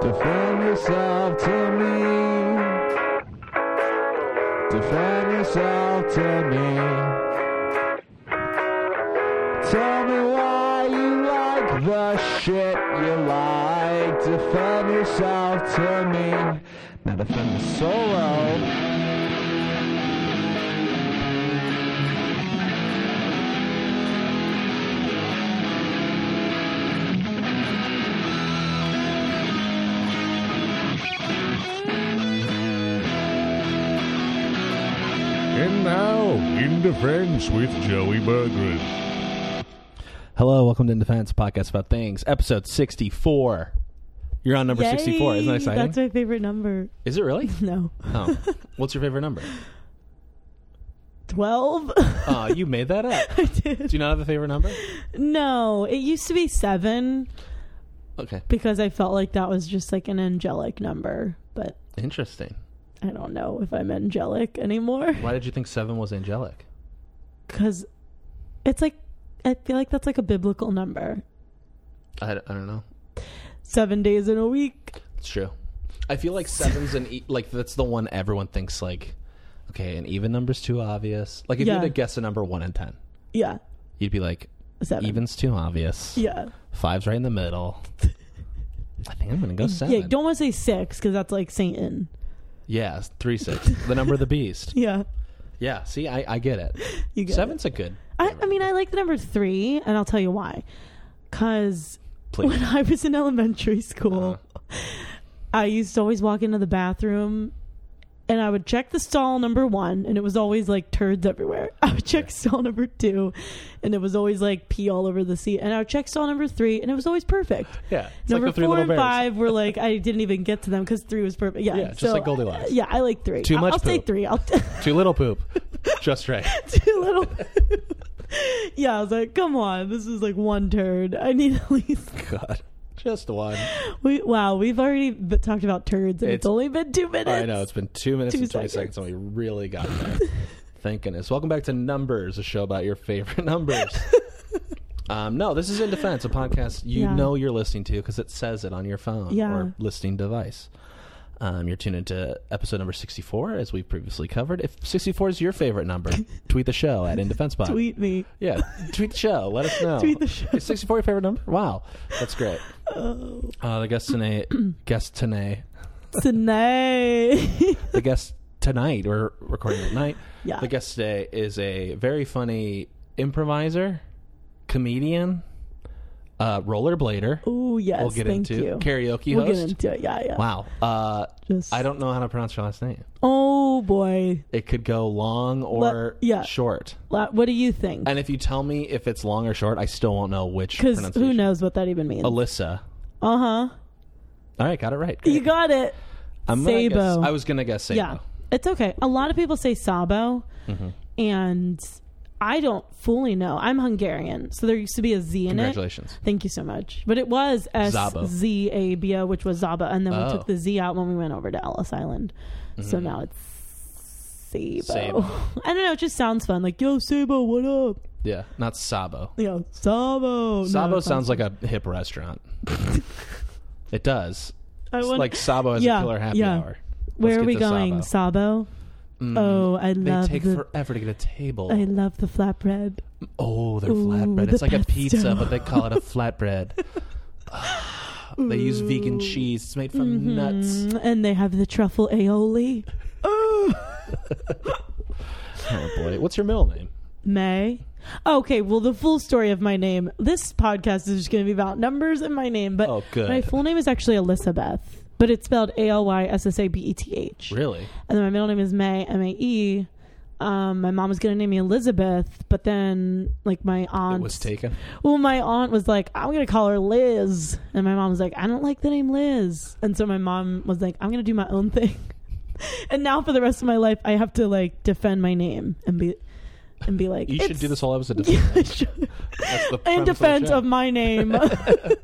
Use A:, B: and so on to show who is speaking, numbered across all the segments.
A: Defend yourself to me. Defend yourself to me. Tell me why you like the shit you like. Defend yourself to me. Now defend the solo.
B: And now, in defense with Joey Berggren.
C: Hello, welcome to In Defense, a podcast about things, episode 64. You're on number 64. Isn't that
D: Yay,
C: exciting?
D: That's my favorite number.
C: Is it really?
D: No.
C: Oh. What's your favorite number?
D: 12?
C: Oh, you made that up.
D: I
C: Do
D: did.
C: you not have a favorite number?
D: No, it used to be 7
C: Okay.
D: because I felt like that was just like an angelic number, but
C: Interesting.
D: I don't know if I'm angelic anymore
C: Why did you think seven was angelic?
D: cuz it's like I feel like that's like a biblical number.
C: I, d- I don't know.
D: 7 days in a week.
C: It's true. I feel like seven's an e- like that's the one everyone thinks like okay, an even number's too obvious. Like if you
D: Yeah.
C: had to guess a number one and ten,
D: Yeah.
C: you'd be like
D: 7.
C: even's too obvious.
D: yeah.
C: Five's right in the middle. I think I'm gonna go seven.
D: Yeah, don't want to say 6 cuz that's like Satan.
C: Yeah, three six. the number of the beast.
D: Yeah.
C: Yeah, see, I, I get it.
D: You get it.
C: Seven's a good.
D: I, I mean, I like the number three, and I'll tell you why. Because
C: Please. Uh-huh.
D: when I was in elementary school, I used to always walk into the bathroom and I would check the stall number one, and it was always like turds everywhere. I would check stall number two, and it was always like pee all over the seat. And I would check stall number three, and it was always perfect.
C: Yeah, it's
D: number
C: like the three
D: four
C: little
D: and
C: bears.
D: five were like, I didn't even get to them because three was perfect. Yeah,
C: Yeah, just
D: so-
C: like Goldilocks.
D: Yeah, I like three.
C: Too
D: I-
C: much
D: I'll say
C: poop.
D: three. I'll.
C: Too little poop. Just right.
D: too little. yeah, I was like, come on, this is like one turd. I need at least.
C: God. Just one.
D: We wow, we've already b- talked about turds, and it's,
C: It's-
D: only been two minutes.
C: I know, it's been two minutes
D: Two
C: and 20 seconds,
D: seconds.
C: and we really got there. Thank goodness. Welcome back to Numbers, a show about your favorite numbers. um, no, this is In Defense, a podcast you
D: Yeah.
C: know you're listening to because it says it on your phone
D: Yeah.
C: or listening device. Um, you're tuned into episode number 64, as we've previously covered. If 64 is your favorite number, tweet the show at In Defense Pod.
D: Tweet me.
C: Yeah, tweet the show. Let us know.
D: Tweet the show.
C: Is 64 your favorite number? Wow, that's great.
D: Oh,
C: Uh, the guest tonight, guest tonight,
D: tonight.
C: the guest tonight. We're recording at night.
D: Yeah.
C: The guest today is a very funny improviser, comedian, uh, rollerblader.
D: oh yes,
C: we'll get
D: thank
C: into
D: you.
C: karaoke
D: we'll
C: host.
D: get into it. Yeah, yeah.
C: wow. Uh,
D: Just-
C: I don't know how to pronounce your last name.
D: Oh boy,
C: It could go long or
D: Let- yeah.
C: short.
D: La- what do you think?
C: And if you tell me if it's long or short, I still won't know which.
D: Because who
C: pronunciation.
D: knows what that even means?
C: Alyssa.
D: Uh huh.
C: All right, got it right. Great.
D: You got it.
C: I'm gonna
D: Sabo.
C: guess- I was gonna guess Sabo.
D: Yeah, it's okay. A lot of people say Sabo,
C: Mm-hmm.
D: and I don't fully know. I'm Hungarian, so there used to be a Z in
C: Congratulations.
D: it. Thank you so much. But it was S
C: Zabo.
D: Z A B O, which was Zaba, and then
C: Oh. Mm-hmm.
D: we took the Z out when we went over to Ellis Island. So now it's Sabo.
C: Sabo.
D: I don't know. It just sounds fun. Like yo, Sabo, what up?
C: Yeah, not Sabo.
D: Yo, Sabo. Oh, No,
C: Sabo
D: it
C: sounds like a hip restaurant. it does.
D: I
C: It's
D: wonder-
C: like Sabo has
D: Yeah,
C: a killer happy
D: yeah.
C: hour. Let's
D: Where
C: get
D: are we
C: to
D: going,
C: Sabo. Mm-hmm.
D: Sabo? Oh, I
C: They
D: love
C: take
D: the.
C: forever to get a table.
D: I love the flatbread.
C: oh, they're
D: Ooh,
C: flatbread.
D: the
C: It's like a
D: pesto.
C: pizza, but they call it a flatbread. Ah, they use vegan cheese. It's made from nuts.
D: Mm, And they have the truffle aioli.
C: Oh boy, what's your middle name?
D: May. Okay, well, the full story of my name. This podcast is just going to be about numbers and my name, but
C: Oh, good.
D: my full name is actually Elizabeth, but it's spelled A L Y S S A B E T H.
C: Really?
D: And then my middle name is May, M A E. Um, my mom was going to name me Elizabeth, but then, like, my aunt.
C: It was taken.
D: Well, my aunt was like, I'm going to call her Liz. And my mom was like, I don't like the name Liz. And so my mom was like, I'm going to do my own thing. and now for the rest of my life, I have to like defend my name and be and be like,
C: You should
D: "It's-
C: do this whole episode.
D: Yeah,
C: defense.
D: I should.
C: That's the
D: in
C: premise of the
D: defense
C: show.
D: of my name. but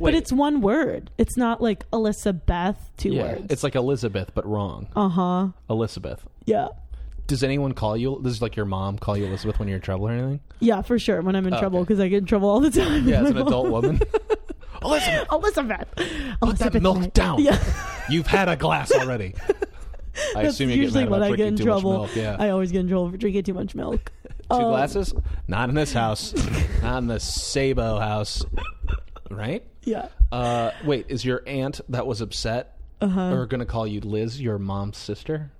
C: Wait,
D: it's one word. It's not like Alyssa Beth, two
C: yeah,
D: words.
C: it's like Elizabeth, but wrong.
D: uh huh.
C: Elizabeth.
D: Yeah.
C: Does anyone call you? Does like your mom call you Elizabeth when you're in trouble or anything?
D: Yeah, for sure. When I'm in
C: Oh,
D: trouble,
C: okay.
D: because I get in trouble all the time.
C: Yeah, as
D: My
C: an
D: mom-
C: adult woman. Elizabeth,
D: Elizabeth.
C: put that
D: Elizabeth
C: milk
D: Knight.
C: down.
D: Yeah.
C: You've had a glass already. I
D: That's
C: assume you
D: usually
C: get mad
D: when
C: about
D: I get
C: drinking
D: in
C: too
D: trouble.
C: much milk. Yeah.
D: I um, always get in trouble for drinking too much milk.
C: Two glasses? Not in this house. Not in the Sabo house. Right?
D: Yeah.
C: Uh, wait, is your aunt that was upset uh-huh. or going to call you Liz, your mom's sister?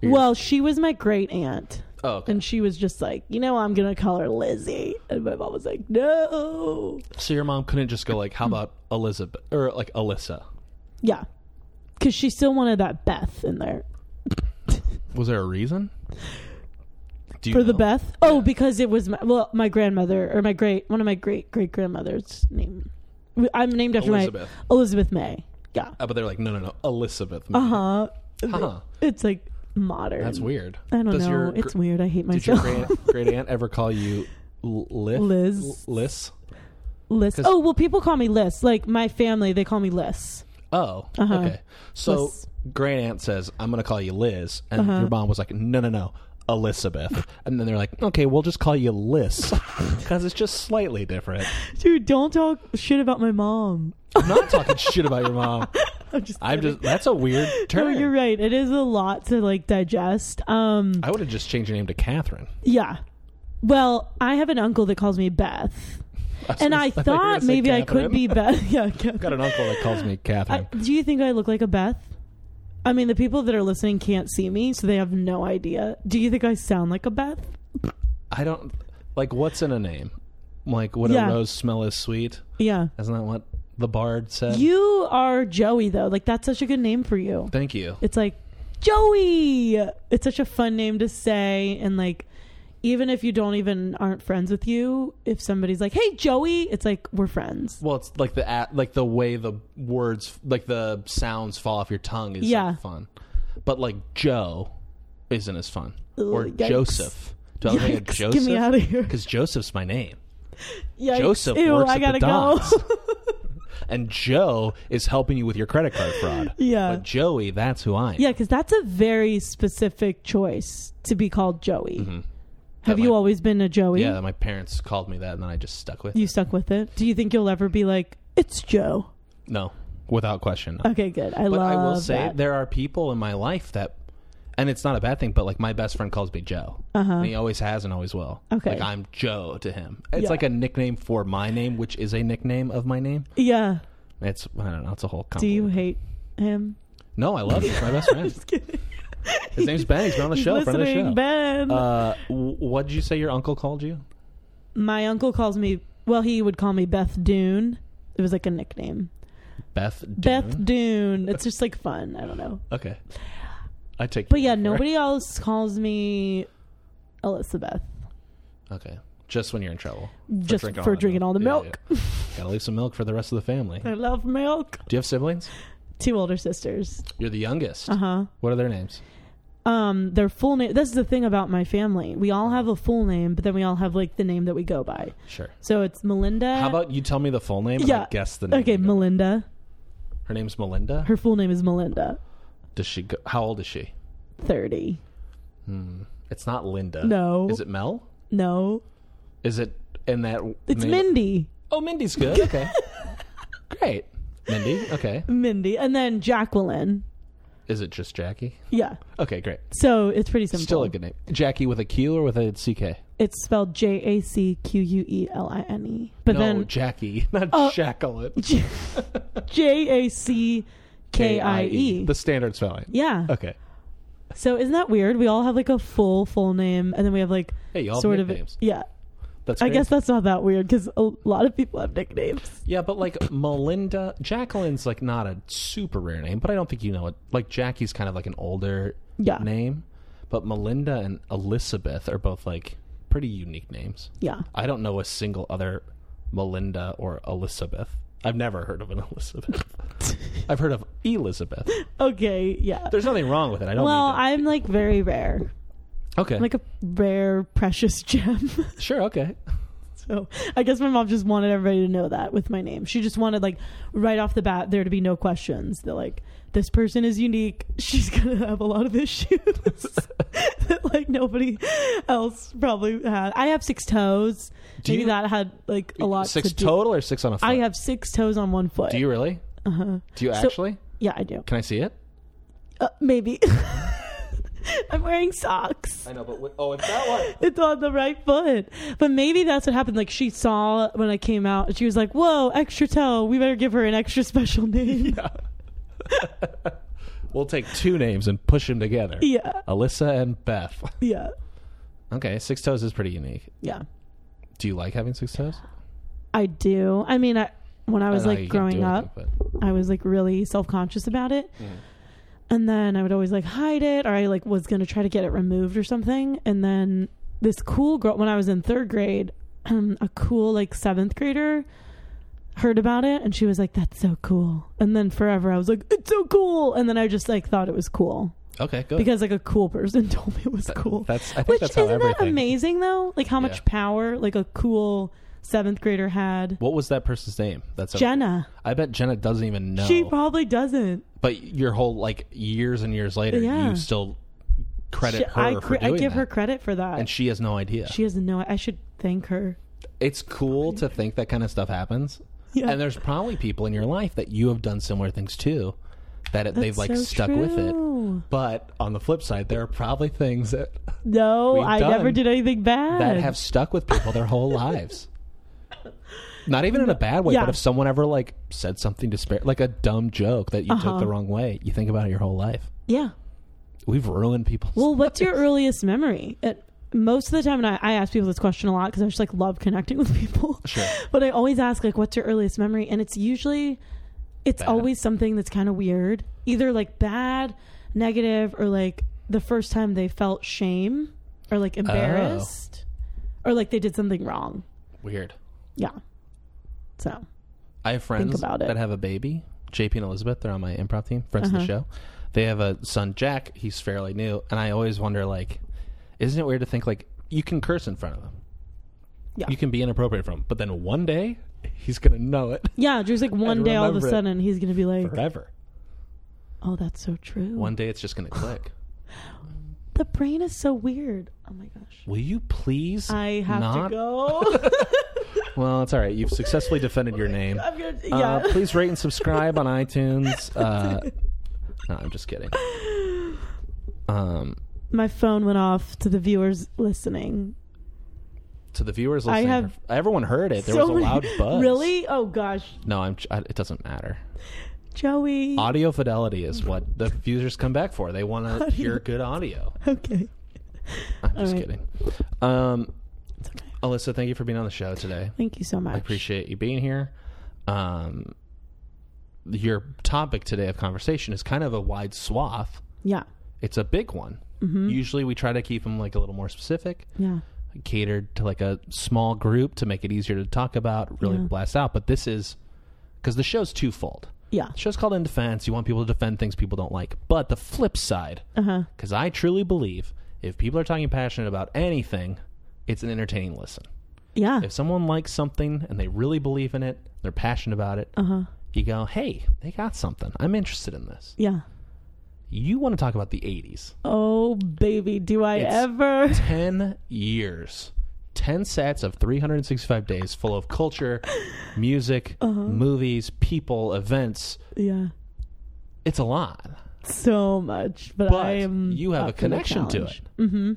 C: Your-
D: Well, she was my great aunt.
C: Oh, okay.
D: And she was just like, you know, I'm gonna call her Lizzie, and my mom was like, no,
C: so your mom couldn't just go like, how about Elizabeth or like Alyssa?
D: yeah, because she still wanted that Beth in there
C: Was there a reason? Do you
D: for the
C: know?
D: Beth. Oh, because it was my well, my grandmother or my great one of my great great grandmother's name. I'm named after
C: Elizabeth.
D: my Elizabeth May. Yeah.
C: Uh, but they're like, no, no, no, Elizabeth.
D: Uh huh.
C: Huh.
D: It's like modern.
C: uh-huh. That's weird.
D: I don't
C: Does
D: know.
C: your
D: it's
C: gr-
D: weird. I hate
C: Did your
D: myself.
C: great, great aunt ever call you L- Lith?
D: Liz.
C: L- Liz?
D: Liz.
C: 'cause-
D: Oh well, people call me Liz. Like my family, they call me Liz.
C: Oh,
D: Uh-huh.
C: okay. So
D: Liz. Uh-huh.
C: great aunt says, "I'm going to call you Liz," and your mom was like, "No, no, no, Elizabeth." and then they're like, "Okay, we'll just call you Liz because it's just slightly different."
D: Dude, don't talk shit about my mom.
C: I'm not talking shit about your mom.
D: I'm just.
C: I'm
D: kidding.
C: just that's a weird
D: No,
C: turn.
D: you're right. It is a lot to like digest. Um,
C: I would have just changed your name to Catherine.
D: yeah. Well, I have an uncle that calls me Beth, and I
C: thought you were gonna
D: thought
C: say
D: maybe I could
C: Catherine.
D: be Beth. yeah. Catherine.
C: Got an uncle that calls me
D: I,
C: Catherine.
D: do you think I look like a Beth? I mean, the people that are listening can't see me, so they have no idea. Do you think I sound like a Beth?
C: I, don't like what's in a name. Like what
D: Yeah.
C: a rose smell is sweet.
D: Yeah.
C: Isn't that what the bard said?
D: You are Joey, though. Like, that's such a good name for you.
C: Thank you.
D: It's like, Joey! It's such a fun name to say. And, like, even if you don't even aren't friends with you, if somebody's like, hey, Joey, it's like, we're friends.
C: Well, it's like the at, like the way the words like the sounds fall off your tongue is like,
D: Yeah.
C: fun, but like Joe isn't as fun
D: Ugh,
C: or
D: yikes.
C: Joseph. Do I look like a
D: Yikes,
C: Joseph?
D: Get me out of here.
C: Because Joseph's my name,
D: Yikes.
C: Joseph
D: Ew,
C: works
D: I
C: at
D: gotta
C: the
D: go.
C: docks. and Joe is helping you with your credit card fraud.
D: Yeah.
C: but Joey, that's who I am.
D: yeah, because that's a very specific choice to be called Joey. Have
C: Mm-hmm. That
D: you
C: might-
D: always been a Joey?
C: yeah. My parents called me that, and then I just stuck with
D: You
C: it.
D: stuck with it. Do you think you'll ever be like, it's Joe?
C: No, without question. no.
D: Okay, good. I
C: But
D: love
C: I will say
D: that.
C: there are people in my life that, and it's not a bad thing. But like my best friend calls me Joe, and he always has and always will.
D: Uh-huh. Okay.
C: like I'm Joe to him. It's
D: Yeah.
C: like a nickname for my name, which is a nickname of my name.
D: Yeah.
C: It's I don't know. It's a whole.
D: Do you
C: convoluted-
D: hate him?
C: No, I love him. He's my best friend. His name's Ben. He's been on the
D: He's
C: show. Friend of the
D: listening,
C: show.
D: Ben.
C: Uh, w- what did you say your uncle called you?
D: My uncle calls me. Well, he would call me Beth Dune. It was like a nickname.
C: Beth. Dune?
D: Beth Dune. It's just like fun. I don't know.
C: Okay. I take.
D: But
C: your
D: yeah,
C: word for it.
D: nobody else calls me Elizabeth.
C: Okay. Just when you're in trouble.
D: Just
C: drinking
D: for drinking all the milk.
C: Yeah, yeah. Gotta leave some milk for the rest of the family.
D: I
C: Do
D: love milk.
C: you have siblings?
D: Two older sisters.
C: You're the youngest.
D: Uh huh.
C: What are their names?
D: Um, their full name. That's the thing about my family. We all have a full name, but then we all have like the name that we go by.
C: Sure.
D: So it's Melinda.
C: How about you tell me the full name and
D: Uh, Yeah.
C: I guess the name?
D: Okay,
C: you go-
D: Melinda.
C: Her name's Melinda.
D: Her full name is Melinda.
C: Does she go, how old is she?
D: 30.
C: It's not Linda.
D: No.
C: Is it Mel?
D: No.
C: Is it in that
D: It's
C: name-
D: Mindy.
C: Oh, Mindy's good. Okay. Great. Mindy. Okay.
D: Mindy. And then Jacqueline.
C: Is it just Jackie?
D: Yeah.
C: Okay, great.
D: So it's pretty simple.
C: Still a good name. Jackie with a Q or with a CK?
D: It's spelled J A C Q U E L I N E. But
C: no,
D: then
C: Jackie, not
D: Oh.
C: Jacqueline.
D: J A C K I E.
C: The standard spelling.
D: Yeah.
C: Okay.
D: So isn't that weird? We all have like a full full name, and then we have like
C: Hey, you all have
D: sort of
C: nicknames.
D: yeah.
C: That's
D: I
C: great.
D: guess that's not that weird because a lot of people have nicknames.
C: Yeah, but like Melinda, Jacqueline's like not a super rare name, but I don't think you know it. Like Jackie's kind of like an older
D: Yeah.
C: name, but Melinda and Elizabeth are both like pretty unique names.
D: Yeah.
C: I don't know a single other Melinda or Elizabeth. I've never heard of an Elizabeth. I've heard of Elizabeth.
D: Okay. Yeah.
C: There's nothing wrong with it. I don't.
D: Well,
C: mean
D: I'm like very rare,
C: to- okay,
D: like a rare precious gem.
C: sure, okay.
D: So I guess my mom just wanted everybody to know that with my name. She just wanted like right off the bat there to be no questions that like this person is unique. She's gonna have a lot of issues. that, like nobody else probably had. I have six toes.
C: Do
D: Maybe
C: you-
D: that had like a lot.
C: six
D: to do-
C: total or six on a foot?
D: I have six toes on one foot.
C: Do you really? Uh-huh. Do you
D: So-
C: actually?
D: Yeah, I do.
C: Can I see it?
D: Uh, maybe. I'm wearing socks.
C: I know, but oh, it's that one.
D: It's on the right foot. But maybe that's what happened. Like she saw when I came out, and she was like, "Whoa, extra toe! We better give her an extra special name." Yeah.
C: We'll take two names and push them together.
D: Yeah.
C: Alyssa and Beth.
D: Yeah.
C: Okay, six toes is pretty unique. Do you like having six toes?
D: I do. I mean, I when I was
C: know
D: like
C: you can't do
D: growing up,
C: anything, but-
D: I was like really self conscious about it.
C: Mm-hmm.
D: And then I would always like hide it, or I like was gonna try to get it removed or something. And then this cool girl, when I was in third grade, um, a cool like seventh grader heard about it, and she was like, "That's so cool." And then forever, I was like, "It's so cool." And then I just like thought it was cool
C: Okay, good.
D: because like a cool person told me it was cool.
C: that's I think
D: Which
C: that's how
D: isn't
C: everything.
D: that amazing though? Like how much
C: Yeah.
D: power like a cool seventh grader had.
C: What was that person's name? That's
D: Jenna.
C: I bet Jenna doesn't even know.
D: She probably doesn't.
C: but your whole like years and years later,
D: Yeah.
C: you still credit
D: She-
C: her
D: I,
C: for
D: cre- I
C: doing
D: give
C: that.
D: her credit for that.
C: and she has no idea.
D: she has no. I should thank her.
C: it's cool to think that kind of stuff happens.
D: Yeah.
C: And there's probably people in your life that you have done similar things to that it, they've like
D: so
C: stuck with
D: true.
C: it. But on the flip side, there are probably things that
D: No,
C: We've
D: I never
C: done
D: did anything bad.
C: that have stuck with people their whole lives. Not even in a bad way,
D: Yeah.
C: but if someone ever like said something disparate, like a dumb joke that you took
D: Uh-huh.
C: the wrong way, you think about it your whole life.
D: yeah.
C: We've ruined people.
D: Well, what's your earliest memory? It, most of the time, and I, I ask people this question a lot because I just like love connecting with people.
C: Sure.
D: But I always ask like, "What's your earliest memory?" And it's usually, it's
C: Bad.
D: always something that's kind of weird, either like bad, negative, or like the first time they felt shame or
C: Oh.
D: like embarrassed, or like they did something wrong.
C: Weird.
D: Yeah. So
C: I have friends
D: about it.
C: that have a baby. JP and Elizabeth, they're on my improv team, friends of the
D: Uh-huh.
C: show. They have a son, Jack. He's fairly new, and I always wonder, like, isn't it weird to think like you can curse in front of him?
D: Yeah.
C: You can be inappropriate from, but then one day he's gonna know it
D: yeah, Drew's like one day all of a
C: remember it
D: sudden he's gonna be like,
C: forever.
D: "Oh, that's so true."
C: One day it's just gonna click.
D: the brain is so weird. Oh my gosh.
C: Will you please?
D: I have
C: not-
D: to go.
C: Well, it's all right. You've successfully defended your name.
D: I'm gonna, yeah.
C: Uh, please rate and subscribe on iTunes. Uh, no, I'm just kidding. Um,
D: My phone went off to the viewers listening.
C: to the viewers
D: I
C: listening.
D: have
C: everyone heard it. There
D: So
C: was a
D: many-
C: loud buzz.
D: Really? Oh gosh,
C: No, I'm. I, it doesn't matter.
D: Joey.
C: Audio fidelity is what the users come back for. They want to hear good audio.
D: okay.
C: I'm just
D: right.
C: kidding. Um,
D: It's okay.
C: Alyssa, thank you for being on the show today.
D: Thank you so much.
C: I appreciate you being here. Um, your topic today of conversation is kind of a wide swath.
D: Yeah.
C: It's a big one. Usually, we try to keep them like a little more specific.
D: Yeah.
C: catered to like a small group to make it easier to talk about, really
D: Yeah.
C: blast out. But this is because the show's twofold.
D: Yeah.
C: The show's called In Defense. You want people to defend things people don't like. But the flip side,
D: Uh-huh.
C: because I truly believe if people are talking passionate about anything, it's an entertaining listen.
D: Yeah.
C: If someone likes something and they really believe in it, they're passionate about it,
D: Uh-huh.
C: you go, hey, they got something. I'm interested in this.
D: yeah.
C: You want to talk about the 80s.
D: Oh baby, do I
C: It's-
D: ever?
C: 10 years 10 sets of 365 days full of culture music
D: Uh-huh.
C: movies people events
D: yeah.
C: it's a lot
D: So much, but,
C: but
D: I am.
C: you have a
D: up for the
C: connection to it
D: challenge.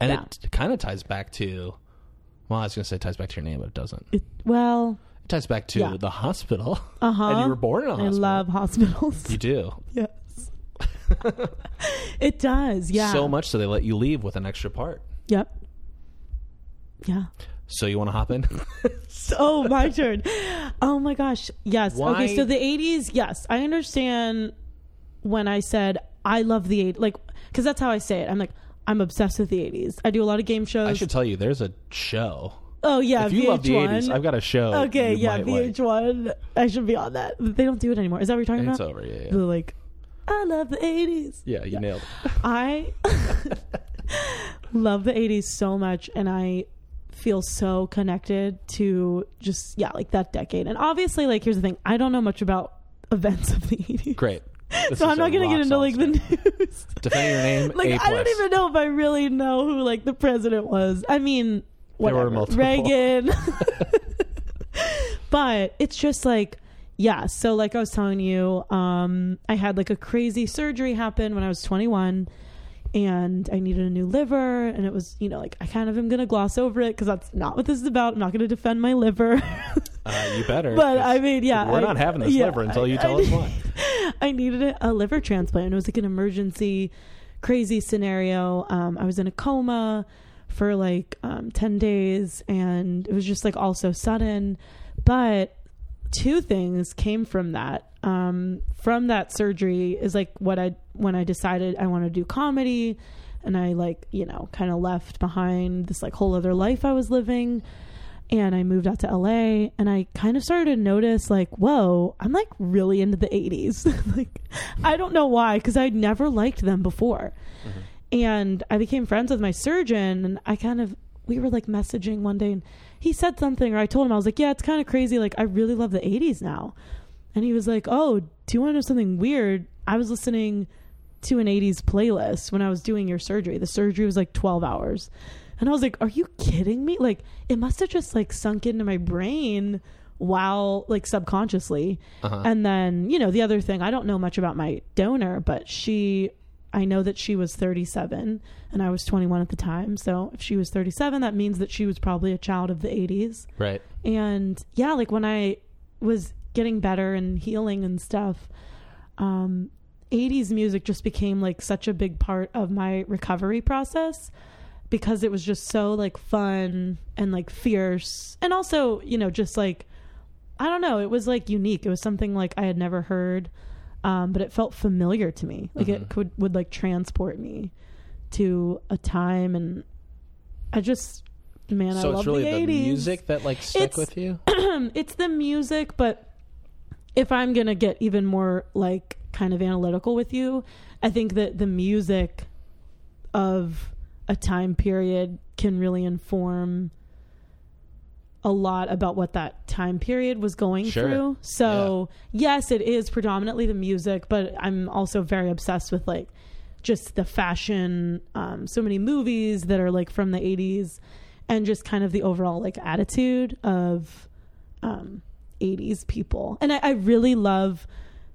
C: and it kind of ties back to well i was going to say it ties back to your name but it doesn't it
D: It, well,
C: ties back to
D: Yeah.
C: the hospital
D: Uh-huh.
C: and you were born in a
D: I
C: hospital
D: love hospitals.
C: you do
D: yes. it does. Yeah.
C: so much so they let you leave with an extra part
D: Yep. Yeah.
C: so you want to hop in
D: Oh, my turn. Oh my gosh. Yes.
C: Why-
D: Okay. So the 80s, yes. I understand when I said I love the 80s, like, because that's how I say it. I'm like, I'm obsessed with the 80s. I do a lot of game shows.
C: i should tell you there's a show
D: oh, yeah.
C: if you
D: VH1.
C: love the 80s i've got a show
D: Okay.
C: you
D: yeah.
C: might like.
D: VH1. I should be on that. But They don't do it anymore. Is that what you're talking
C: it's
D: about?
C: over yeah yeah,
D: The, like, I love the 80s.
C: yeah you nailed it
D: I love the 80s so much and I feel so connected to just yeah, like that decade. And obviously like here's the thing, I don't know much about events of the 80s.
C: Great. This
D: so
C: is
D: I'm not
C: a
D: gonna get
C: rock
D: into
C: solid
D: like the
C: statement.
D: news.
C: Defend your name.
D: like
C: a
D: I don't
C: plus.
D: even know if I really know who like the president was. I mean,
C: There
D: whatever.
C: were multiple.
D: Reagan. but it's just like yeah, so like I was telling you, um I had like a crazy surgery happen when I was 21 and I needed a new liver and it was, you know, like I kind of am going to gloss over it cuz that's not what this is about. I'm not going to defend my liver.
C: Uh, you better.
D: But
C: 'cause
D: I mean, yeah,
C: we're
D: I-
C: not having this
D: yeah,
C: liver until you
D: I-
C: tell
D: I-
C: us why.
D: I needed a, a liver transplant. It was like an emergency, crazy scenario. Um, I was in a coma for like um, 10 days and it was just like all so sudden. But two things came from that. Um, from that surgery is like what I, when I decided I want to do comedy and I like, you know, kind of left behind this like whole other life I was living and I moved out to LA and I kind of started to notice like, whoa, I'm like really into the 80s. like I don't know why cuz I'd never liked them before. And I became friends with my surgeon and I kind of we were like messaging one day and he said something or I told him I was like, "Yeah, it's kind of crazy like I really love the 80s now." And he was like, "Oh, do you want to know something weird? I was listening to an 80s playlist when I was doing your surgery. The surgery was like 12 hours. And I was like, "Are you kidding me?" Like it must have just like sunk into my brain while like subconsciously. And then, you know, the other thing, I don't know much about my donor, but she I know that she was 37 and I was 21 at the time. So, if she was 37, that means that she was probably a child of the 80s.
C: Right.
D: And yeah, like when I was getting better and healing and stuff, um, 80s music just became like such a big part of my recovery process because it was just so like fun and like fierce. And also, you know, just like, I don't know, it was like unique. It was something like I had never heard, um, but it felt familiar to me. Like
C: Mm-hmm.
D: it could, would like transport me to a time. And I just, man, I
C: so
D: love
C: it's really the,
D: 80s
C: music that like stuck
D: It's-
C: with you.
D: it's the music, but if I'm gonna get even more like kind of analytical with you, I think that the music of a time period can really inform a lot about what that time period was going
C: Sure.
D: through. So yes, it is predominantly the music, but I'm also very obsessed with like just the fashion, um, so many movies that are like from the 80s and just kind of the overall like attitude of um, 80s people. And I, I really love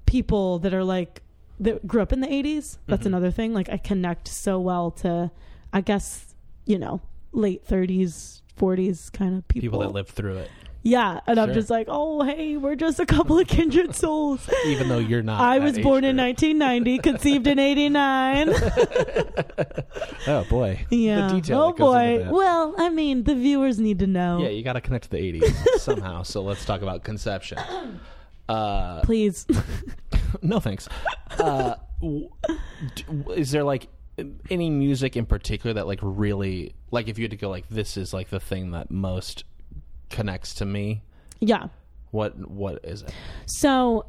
D: people that are like, that grew up in the 80s.
C: Mm-hmm.
D: That's another thing. Like, I connect so well to, I guess, you know, late 30s, 40s kind of people.
C: People that lived through it,
D: Yeah. And I'm
C: Sure.
D: just like, oh, hey, we're just a couple of kindred souls.
C: even though you're not.
D: I
C: that
D: was
C: age
D: born in
C: group.
D: 1990, conceived in 89.
C: Oh boy.
D: Yeah.
C: The detail
D: oh
C: that goes into
D: boy.
C: that.
D: Well, I mean, the viewers need to know.
C: Yeah, you got to connect to the 80s somehow. So let's talk about conception. Uh,
D: Please.
C: no thanks. Uh, w- d- w- is there like any music in particular that like really like if you had to go like this is like the thing that most connects to me?
D: yeah.
C: What what is it?
D: So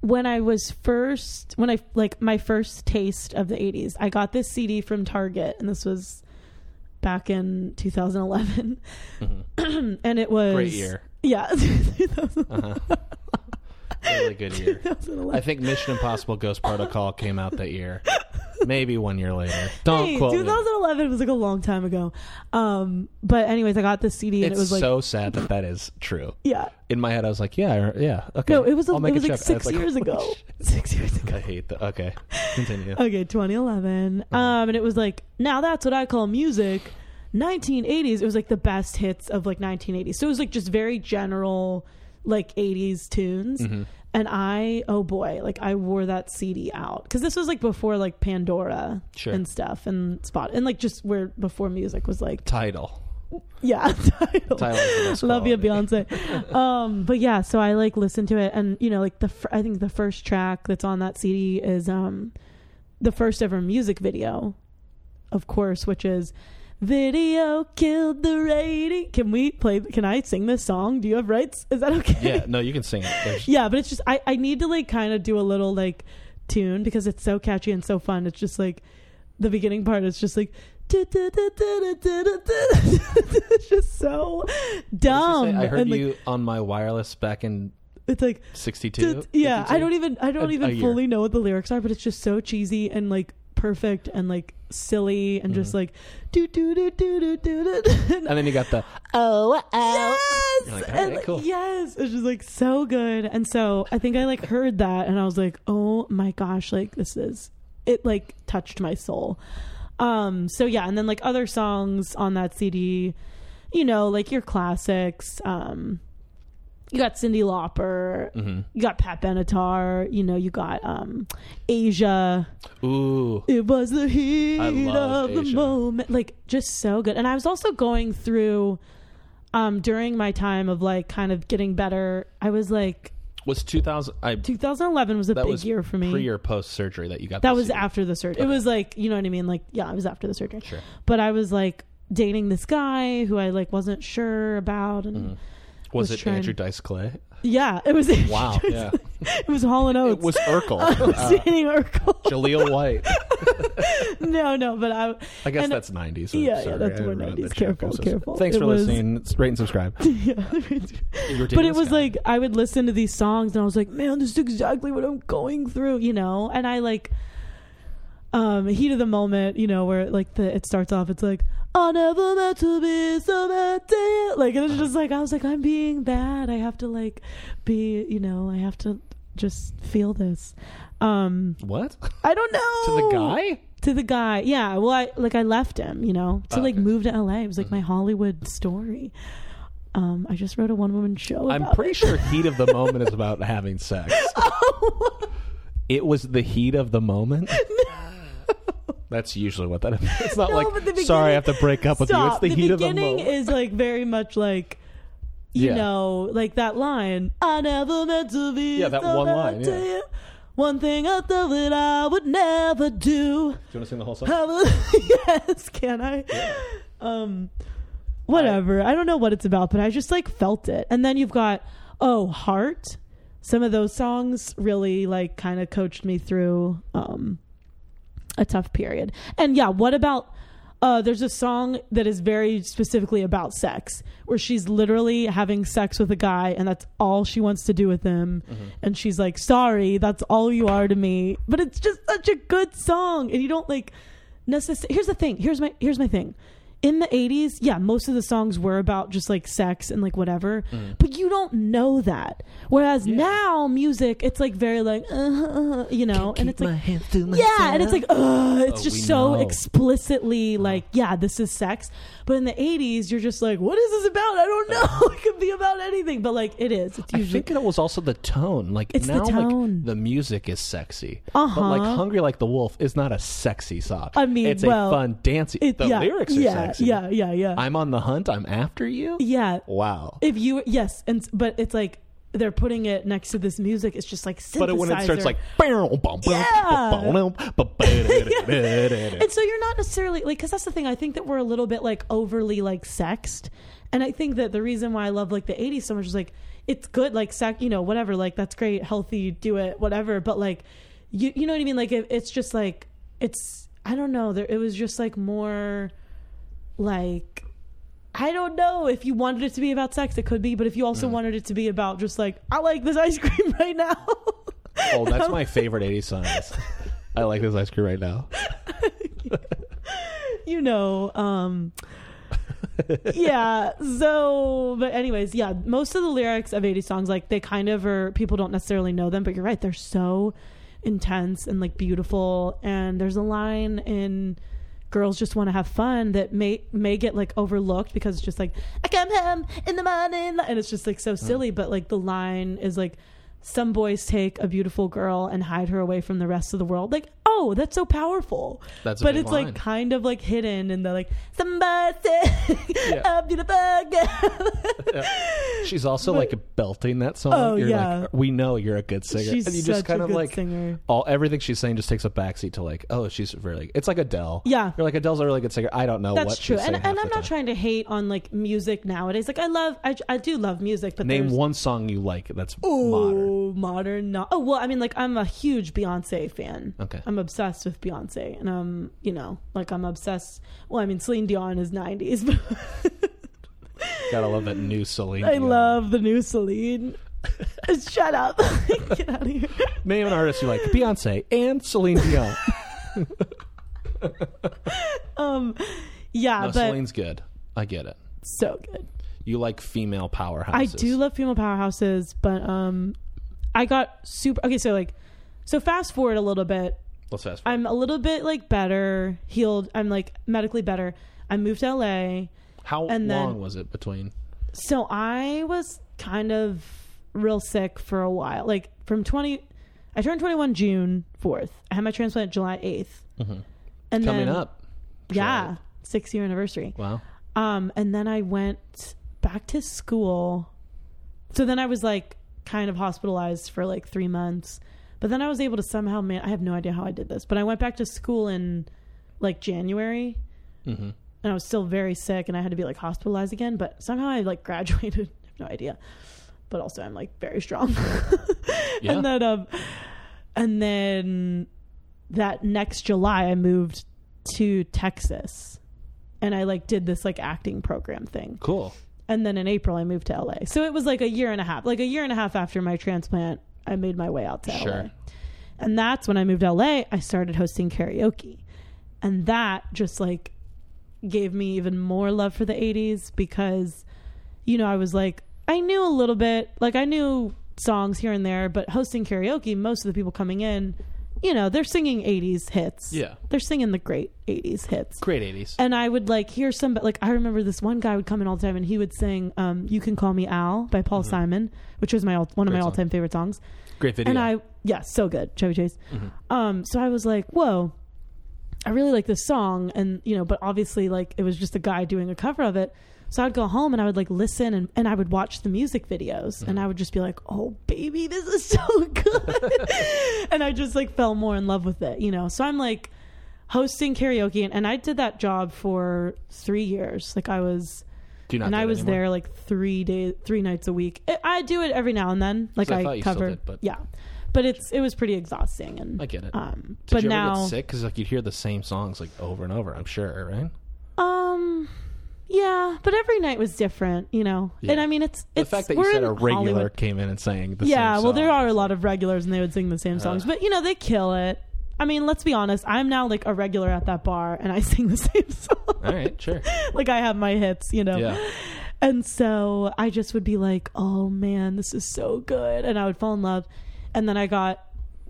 D: when I was first, when I like my first taste of the 80s, I got this CD from Target, and this was back in 2011. and it was.
C: Mm-hmm. Great year.
D: Yeah. 2011.
C: Really good year. I think Mission Impossible Ghost Protocol came out that year. Maybe one year later. Don't
D: Hey,
C: quote me.
D: 2011 was like a long time ago. Um, but, anyways, I got this CD, and
C: It's
D: it was like.
C: so sad that that is true.
D: yeah.
C: In my head, I was like, yeah, I- yeah, okay.
D: No, it was, a,
C: I'll
D: it
C: make
D: was
C: a
D: like
C: check. And it's
D: six years
C: holy
D: ago. Six years ago.
C: I hate that. Okay, continue.
D: Okay, 2011.
C: Mm-hmm.
D: Um, and it was like now that's what I call music. 1980s. It was like the best hits of like 1980s. So it was like just very general, like 80s tunes.
C: Mm-hmm.
D: And I, oh boy, like I wore that CD out because this was like before like Pandora
C: Sure.
D: and stuff and spot and like just where before music was like
C: Title.
D: yeah, title.
C: Title is the best
D: Love you,
C: quality.
D: Beyonce. um, but yeah, so I like listened to it, and you know, like the fir- I think the first track that's on that CD is um, the first ever music video, of course, which is "Video Killed the Radio." Can we play? Can I sing this song? Do you have rights? Is that okay?
C: Yeah, no, you can sing it. There's-
D: yeah, but it's just I, I need to like kind of do a little like tune because it's so catchy and so fun. It's just like the beginning part is just like it's just so
C: I was
D: dumb.
C: gonna say, I heard
D: and, like,
C: you on my wireless back in
D: It's like
C: Sixty-two.
D: Dude, yeah, I
C: 52?
D: don't even I don't
C: A- a
D: even
C: year.
D: fully know what the lyrics are, but it's just so cheesy and like perfect and like silly and just like do do do do do do do.
C: And then you got the
D: oh oh yes,
C: You're like, "All
D: and,
C: right,
D: like,
C: cool."
D: yes, it's just like so good. And so I think I like heard that and I was like, oh my gosh, like this is it like touched my soul. Um, so yeah, and then like other songs on that CD, you know, like your classics. Um, you got Cindy Lauper,
C: Mm-hmm.
D: you got Pat Benatar, you know, you got um, Asia.
C: ooh.
D: It was the heat
C: I love
D: of the
C: Asia.
D: moment, like just so good. And I was also going through um, during my time of like kind of getting better. I was like,
C: Was two thousand? I
D: 2011 was a
C: that
D: big
C: was
D: year for me.
C: Pre or post surgery that you got.
D: That
C: the
D: was
C: CD.
D: after the surgery. It
C: Okay.
D: was like, you know what I mean? Like, yeah, it was after the surgery.
C: Sure.
D: But I was like dating this guy who I like wasn't sure about, and
C: Was,
D: was
C: it
D: trying-
C: Andrew Dice Clay?
D: yeah, it was.
C: Wow. yeah.
D: it was Hall and
C: It
D: Oates.
C: was Urkel.
D: Oh.
C: Uh,
D: dating Urkel.
C: Jaleel White.
D: no, no, but I.
C: I guess
D: and-
C: that's nineties.
D: yeah, yeah, that's
B: I
D: more
B: ruined the
D: nineties.
B: joke.
D: Careful,
B: I'm so
D: careful.
C: Thanks
D: It
C: for
D: was-
C: listening. Rate and subscribe.
D: Yeah.
C: You were dating
D: but it
C: this
D: was
C: guy.
D: like I would listen to these songs and I was like, man, this is exactly what I'm going through, you know. And I like um heat of the moment, you know, where like the it starts off, it's like I never meant to be so bad, to you." like and it's just like I was like I'm being bad. I have to like be, you know, I have to just feel this. Um
C: what
D: I don't know
C: to the guy?
D: to the guy. Yeah, well, I like I left him, you know, to
C: Oh,
D: like
C: okay. Mm-hmm.
D: move to LA. It was like my Hollywood story. Um, I just wrote a one woman show.
C: I'm
D: about
C: pretty
D: it.
C: sure heat of the moment is about having sex. It was the heat of the moment. That's usually what that. It's not
D: No, but the
C: like sorry, I have to break up with
D: Stop.
C: you. It's the, heat of the
D: beginning
C: moment.
D: is like very much like. You
C: Yeah.
D: know, like that line. I never meant to be.
C: Yeah, that
D: so
C: one
D: bad
C: line,
D: to
C: yeah.
D: you. One thing I thought that I would never do.
C: Do you want to sing the whole song?
D: Have a- yes, can I? Um, whatever. I, don't know what it's about, but I just like felt it. And then you've got oh heart. Some of those songs really like kind of coached me through um, a tough period. And yeah, what about? Uh, there's a song that is very specifically about sex, where she's literally having sex with a guy, and that's all she wants to do with him.
C: Mm-hmm.
D: And she's like, "Sorry, that's all you are to me." But it's just such a good song, and you don't like necessarily here's the thing here's my here's my thing in the 80s yeah most of the songs were about just like sex and like whatever
C: Mm-hmm.
D: but you don't know that whereas now music it's like very like uh, uh, uh, you know and it's like yeah and it's like uh, it's
C: Oh, we
D: just so
C: know.
D: explicitly like
C: Uh-huh.
D: yeah this is sex but in the 80s you're just like what is this about i don't know it could be about anything but like it is it's
C: Uh-huh. I
D: usually
C: think it was also the tone. Like
D: It's the
C: now,
D: tone.
C: like the music is sexy,
D: Uh-huh.
C: but like "Hungry Like the Wolf" is not a sexy song.
D: I mean,
C: it's
D: well,
C: a fun dancey.
D: it-
C: the
D: yeah,
C: lyrics are
D: yeah,
C: sexy.
D: yeah yeah yeah
C: I'm on the hunt. I'm after you.
D: yeah
C: Wow.
D: If you yes, and but it's like they're putting it next to this music. It's just like synthesizer.
C: but when it starts like, yeah.
D: and so you're not necessarily like because that's the thing. I think that we're a little bit like overly like sexed, and I think that the reason why I love like the '80s so much is like it's good, like sex, you know, whatever, like that's great, healthy, do it, whatever. But like you, you know what I mean? Like it, it's just like it's I don't know. There, it was just like more like I don't know if you wanted it to be about sex, it could be, but if you also wanted it to be about just like, I like this ice cream right now.
C: Oh, that's my favorite 80s songs. I like this ice cream right now.
D: you know, um yeah. So, but anyways, yeah, most of the lyrics of 80 songs like they kind of are people don't necessarily know them, but you're right, they're so intense and like beautiful and there's a line in girls just want to have fun that may may get like overlooked because it's just like I come home in the morning and it's just like
C: Uh-huh.
D: so silly but like the line is like some boys take a beautiful girl and hide her away from the rest of the world like oh that's so powerful
C: That's a
D: but
C: big
D: it's
C: line.
D: like kind of like hidden and they're like somebody take
C: Yeah.
D: a beautiful girl
C: She's also
D: But-
C: like belting that song.
D: Oh,
C: you're
D: yeah.
C: like, we know you're a good singer.
D: she's
C: and you
D: such
C: just kind
D: a
C: of
D: good
C: like
D: singer
C: all everything she's saying just takes a backseat to like, oh, she's really it's like Adele.
D: Yeah.
C: You're like Adele's a really good singer. I don't know
D: that's
C: what
D: true
C: she's
D: and,
C: saying
D: and
C: half
D: i'm
C: the
D: not
C: time.
D: trying to hate on like music nowadays like i love i, I do love music but
C: Name
D: there's,
C: one song you like that's modern.
D: Oh, modern. no- oh, well, I mean, like, I'm a huge Beyonce fan.
C: Okay.
D: I'm obsessed with Beyonce. And, um, you know, like, I'm obsessed. Well, I mean, Celine Dion is 90s, but
C: Gotta love that new Celine.
D: I
C: Dion.
D: love the new Celine. Shut up. Get out of here.
C: Name an artist you like: Beyonce and Celine Dion.
D: Yeah,
C: no,
D: but
C: Celine's good. I get it.
D: so good.
C: You like female powerhouses.
D: I do love female powerhouses, but um, I got super. Okay, so like, so fast forward a little bit.
C: Let's fast forward.
D: I'm a little bit like better healed. I'm like medically better. I moved to LA.
C: How
D: and then-
C: long was it between?
D: So I was kind of real sick for a while. Like from 20, I turned 21 June 4th. I had my transplant July 8th. And
C: Mm-hmm. Coming
D: then,
C: up.
D: Yeah.
C: July.
D: Six year anniversary.
C: Wow.
D: Um, and then I went back to school. So then I was like kind of hospitalized for like three months. But then I was able to somehow man I have no idea how I did this, but I went back to school in like January.
C: Mm-hmm.
D: And I was still very sick and I had to be like hospitalized again, but somehow I like graduated. I have no idea. But also I'm like very strong.
C: Yeah.
D: and then um and then that next July I moved to Texas. And I like did this like acting program thing
C: cool.
D: and then in April I moved to LA. So it was like a year and a half, like a year and a half after my transplant, I made my way out to LA.
C: Sure.
D: And that's when I moved to LA, I started hosting karaoke. And that just like gave me even more love for the 80s because you know, I was like I knew a little bit, like I knew songs here and there, but hosting karaoke, most of the people coming in, you know, they're singing 80s hits.
C: Yeah.
D: They're singing the great 80s hits
C: Great eighties.
D: and I would like hear some like I remember this one guy would come in all the time and he would sing um You Can Call Me Al by Paul Simon, which was my all, one of my
C: Mm-hmm. Great song.
D: all-time favorite songs.
C: Great video.
D: And I yeah, so good, Chevy Chase. Um so I was like, "Whoa. I really like this song and you know, but obviously like it was just a guy doing a cover of it. So I'd go home and I would like listen and, and I would watch the music videos and I would just be like, "Oh, baby, this is so good." and I just like fell more in love with it, you know. So I'm like hosting karaoke and, and I did that job for three years. Like I was
C: do you not
D: and
C: do
D: I
C: it
D: was
C: anymore?
D: there like three days three nights a week. I, I do it every now and then. Like
C: So I
D: I,
C: thought you still
D: cover
C: did, but-
D: yeah. But it's it was pretty exhausting and
C: I get it.
D: um
C: Did
D: but
C: you
D: now
C: ever get sick? Because like you'd hear the same songs like over and over. I'm sure, right?
D: Um, yeah, but every night was different, you know.
C: Yeah.
D: And I mean, it's
C: The
D: it's
C: fact that
D: we're
C: you said
D: in
C: a regular
D: Hollywood.
C: came in and sang the
D: Yeah,
C: same
D: well, there
C: song. Uh.
D: are a lot of regulars, and they would sing the same songs, but you know, they kill it. I mean, let's be honest. I'm now like a regular at that bar, and I sing the same song.
C: All right, sure.
D: like I have my hits, you know.
C: Yeah.
D: And so I just would be like, oh man, this is so good. And I would fall in love. And then I got,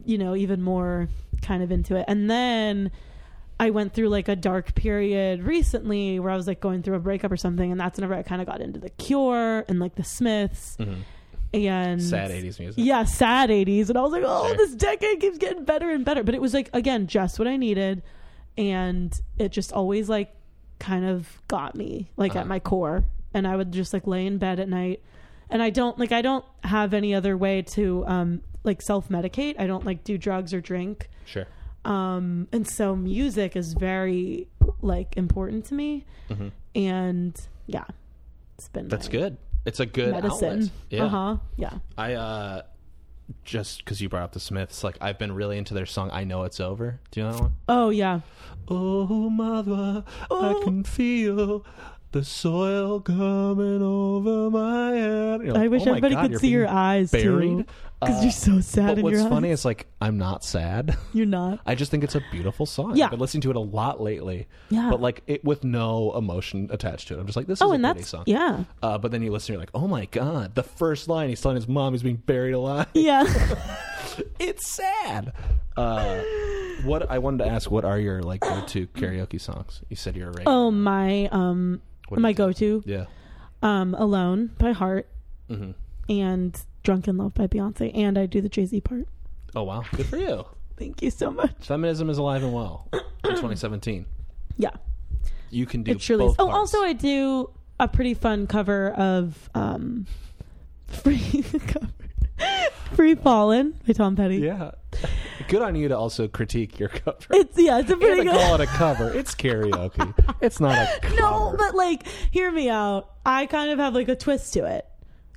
D: you know, even more kind of into it. And then I went through like a dark period recently where I was like going through a breakup or something. And that's whenever I kind of got into The Cure and like The Smiths. And
C: Mm-hmm. Sad 80s music.
D: yeah, sad 80s. And I was like, oh,
C: Sure.
D: this decade keeps getting better and better. But it was like, again, just what I needed. And it just always like kind of got me like
C: Uh-huh.
D: at my core. And I would just like lay in bed at night. And I don't like, I don't have any other way to um, like self medicate. I don't like do drugs or drink.
C: Sure.
D: Um, and so music is very like important to me. And yeah, it's been
C: Mm-hmm. That's
D: my
C: good. It's a good
D: Medicine.
C: outlet. Yeah.
D: Uh huh. Yeah.
C: I uh just because you brought up the Smiths, like I've been really into their song "I Know It's Over." Do you know that one?
D: Oh, yeah.
C: Oh mother,
D: Oh.
C: I can feel the soil coming over my head. You're like,
D: I wish
C: "Oh my
D: everybody
C: God,
D: could
C: you're
D: see your
C: being
D: eyes
C: buried. Uh,
D: too, because you're so sad
C: But
D: in
C: what's
D: your
C: funny
D: eyes.
C: is like I'm not sad.
D: You're not.
C: I just think it's a beautiful song.
D: Yeah.
C: I've been listening to it a lot lately.
D: Yeah.
C: But like it with no emotion attached to it. I'm just like, this is
D: Oh,
C: a
D: and
C: pretty
D: that's
C: song.
D: yeah,
C: Uh, but then you listen, you're like, oh my god, the first line he's telling his mom he's being buried alive.
D: yeah.
C: it's sad. Uh, what I wanted to ask, what are your like go-to karaoke songs? You said you're a regular.
D: oh my, um,
C: What
D: my
C: do you
D: go-to,
C: do? Yeah. Mm-hmm.
D: um, "Alone" by Heart, and "Drunk in Love" by Beyonce, and I do the Jay Z part.
C: Oh wow, good for you.
D: Thank you so much.
C: Feminism is alive and well in 2017.
D: Yeah,
C: You can do
D: it surely. Is.
C: both.
D: Oh,
C: parts.
D: also I do a pretty fun cover of um, "Free cover. Free Fallen" by Tom Petty.
C: yeah. Good on you to also critique your cover.
D: It's yeah, it's a
C: You're
D: pretty
C: gonna
D: good.
C: call it a cover. It's karaoke. it's not a cover.
D: No, but like, hear me out. I kind of have like a twist to it.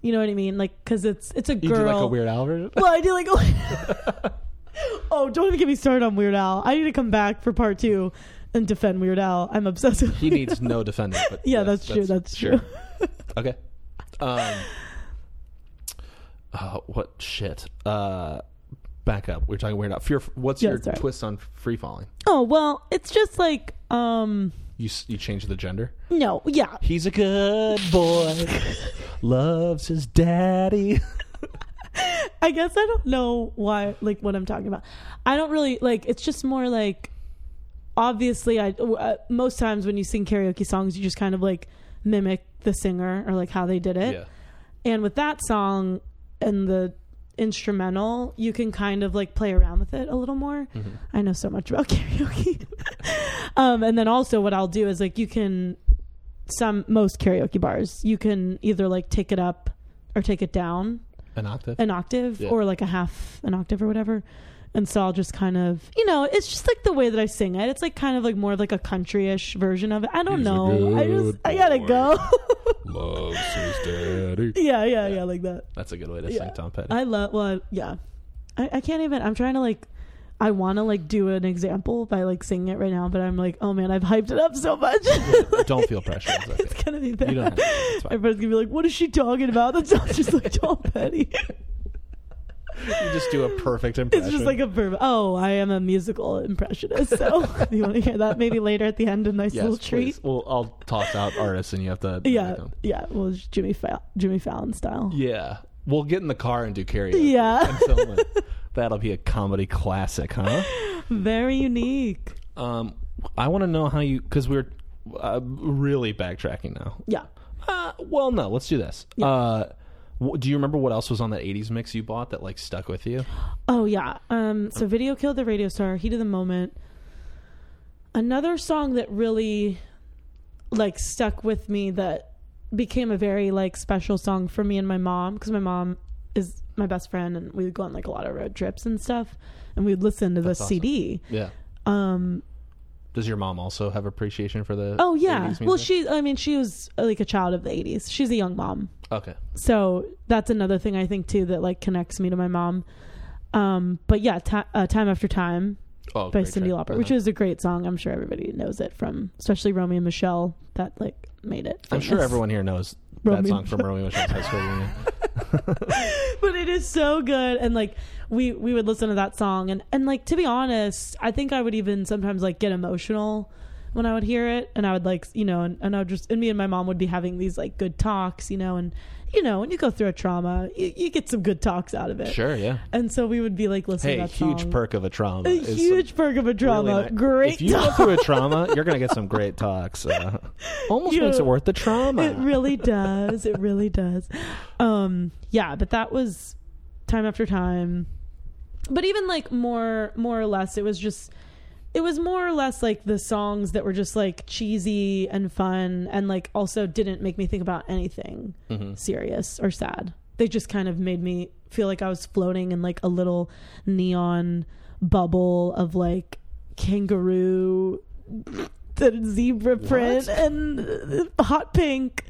D: You know what I mean? Like, because it's it's a
C: you
D: girl.
C: do like a Weird Al version.
D: Well, I do like. A- oh, don't even get me started on Weird Al. I need to come back for part two and defend Weird Al. I'm obsessed with.
C: He needs no defending. But
D: yeah,
C: yes,
D: that's, true. That's
C: sure.
D: true.
C: Okay. Um, uh, what shit? Uh, back up. We are talking weird out. Fear. What's
D: Yeah,
C: your
D: sorry.
C: twist on free falling?
D: Oh well, it's just like um
C: You s- you changed the gender.
D: no, yeah.
C: He's a good boy. Loves his daddy.
D: I guess I don't know why like what I'm talking about. I don't really like it's just more like obviously I uh, most times when you sing karaoke songs you just kind of like mimic the singer or like how they did it.
C: yeah.
D: And with that song and the instrumental, you can kind of like play around with it a little more. I know so much about karaoke. um, and then also, what I'll do is like you can some most karaoke bars you can either like take it up or take it down
C: An octave.
D: an octave
C: Yeah.
D: or like a half an octave or whatever. And so I'll just kind of, you know, it's just like the way that I sing it. It's like kind of like more of like a country-ish version of it. I don't
B: He's a
D: know. I just
B: good
D: I gotta
B: boy.
D: go.
B: Loves his daddy.
D: yeah, yeah, yeah, like that.
C: That's a good way to
D: Yeah.
C: sing Tom Petty.
D: I love. Well, yeah, I, I can't even. I'm trying to like. I want to like do an example by like singing it right now, but I'm like, oh man, I've hyped it up so much.
C: don't feel pressure. It's okay.
D: it's gonna be
C: You
D: bad.
C: don't have to. It's fine.
D: Everybody's gonna be like, what is she talking about? That sounds just like Tom Petty.
C: You just do a perfect impression.
D: It's just like a verb. Oh, I am a musical impressionist. So if you want to hear that maybe later at the end, a nice
C: yes,
D: little treat.
C: please. Well, I'll toss out artists, and you have to.
D: Yeah, yeah. Well, it's Jimmy Fa- Jimmy Fallon style.
C: Yeah. We'll get in the car and do karaoke.
D: Yeah.
C: And film it. That'll be a comedy classic, huh?
D: Very unique.
C: Um, I want to know how you because we're uh, really backtracking now.
D: Yeah.
C: Uh, well, no, let's do this. Uh, wh- do you remember what else was on that '80s mix you bought that like stuck with you?
D: Oh yeah. Um. So video killed the radio star. Heat of the moment. Another song that really, like, stuck with me that became a very like special song for me and my mom because my mom is my best friend and we would go on like a lot of road trips and stuff and we would listen to the
C: awesome.
D: CD.
C: Yeah.
D: Um.
C: Does your mom also have appreciation for the?
D: Oh yeah.
C: 80s
D: Well,
C: music?
D: she. I mean, she was uh, like a child of the '80s. She's a young mom,
C: Okay.
D: so that's another thing I think too that like connects me to my mom. Um, but yeah, ti uh, time after time
C: Oh,
D: by
C: great
D: Cindy
C: track.
D: Lauper, which
C: Uh-huh.
D: is a great song. I'm sure everybody knows it from, especially Romeo and Michelle. That like made it.
C: I'm sure
D: famous.
C: everyone here knows that
D: Romeo-
C: song from Romeo and Michelle's High School Reunion.
D: but it is so good and like we we would listen to that song and and like to be honest i think i would even sometimes like get emotional when i would hear it and i would like you know and, and i would just and me and my mom would be having these like good talks you know and you know when you go through a trauma you, you get some good talks out of it
C: Sure. Yeah.
D: and so we would be like listening
C: Hey,
D: to that
C: huge
D: song.
C: perk of a trauma.
D: a
C: is some
D: huge perk of a
C: really
D: trauma
C: nice-
D: great
C: If you
D: talk.
C: go through a trauma, you're gonna get some great talks. Uh, almost
D: You-
C: makes it worth the trauma.
D: it really does it really does um yeah but that was time after time but even like more more or less it was just it was more or less like the songs that were just like cheesy and fun and like also didn't make me think about anything serious or sad they just kind of made me feel like i was floating in like a little neon bubble of like kangaroo the zebra print and uh, hot pink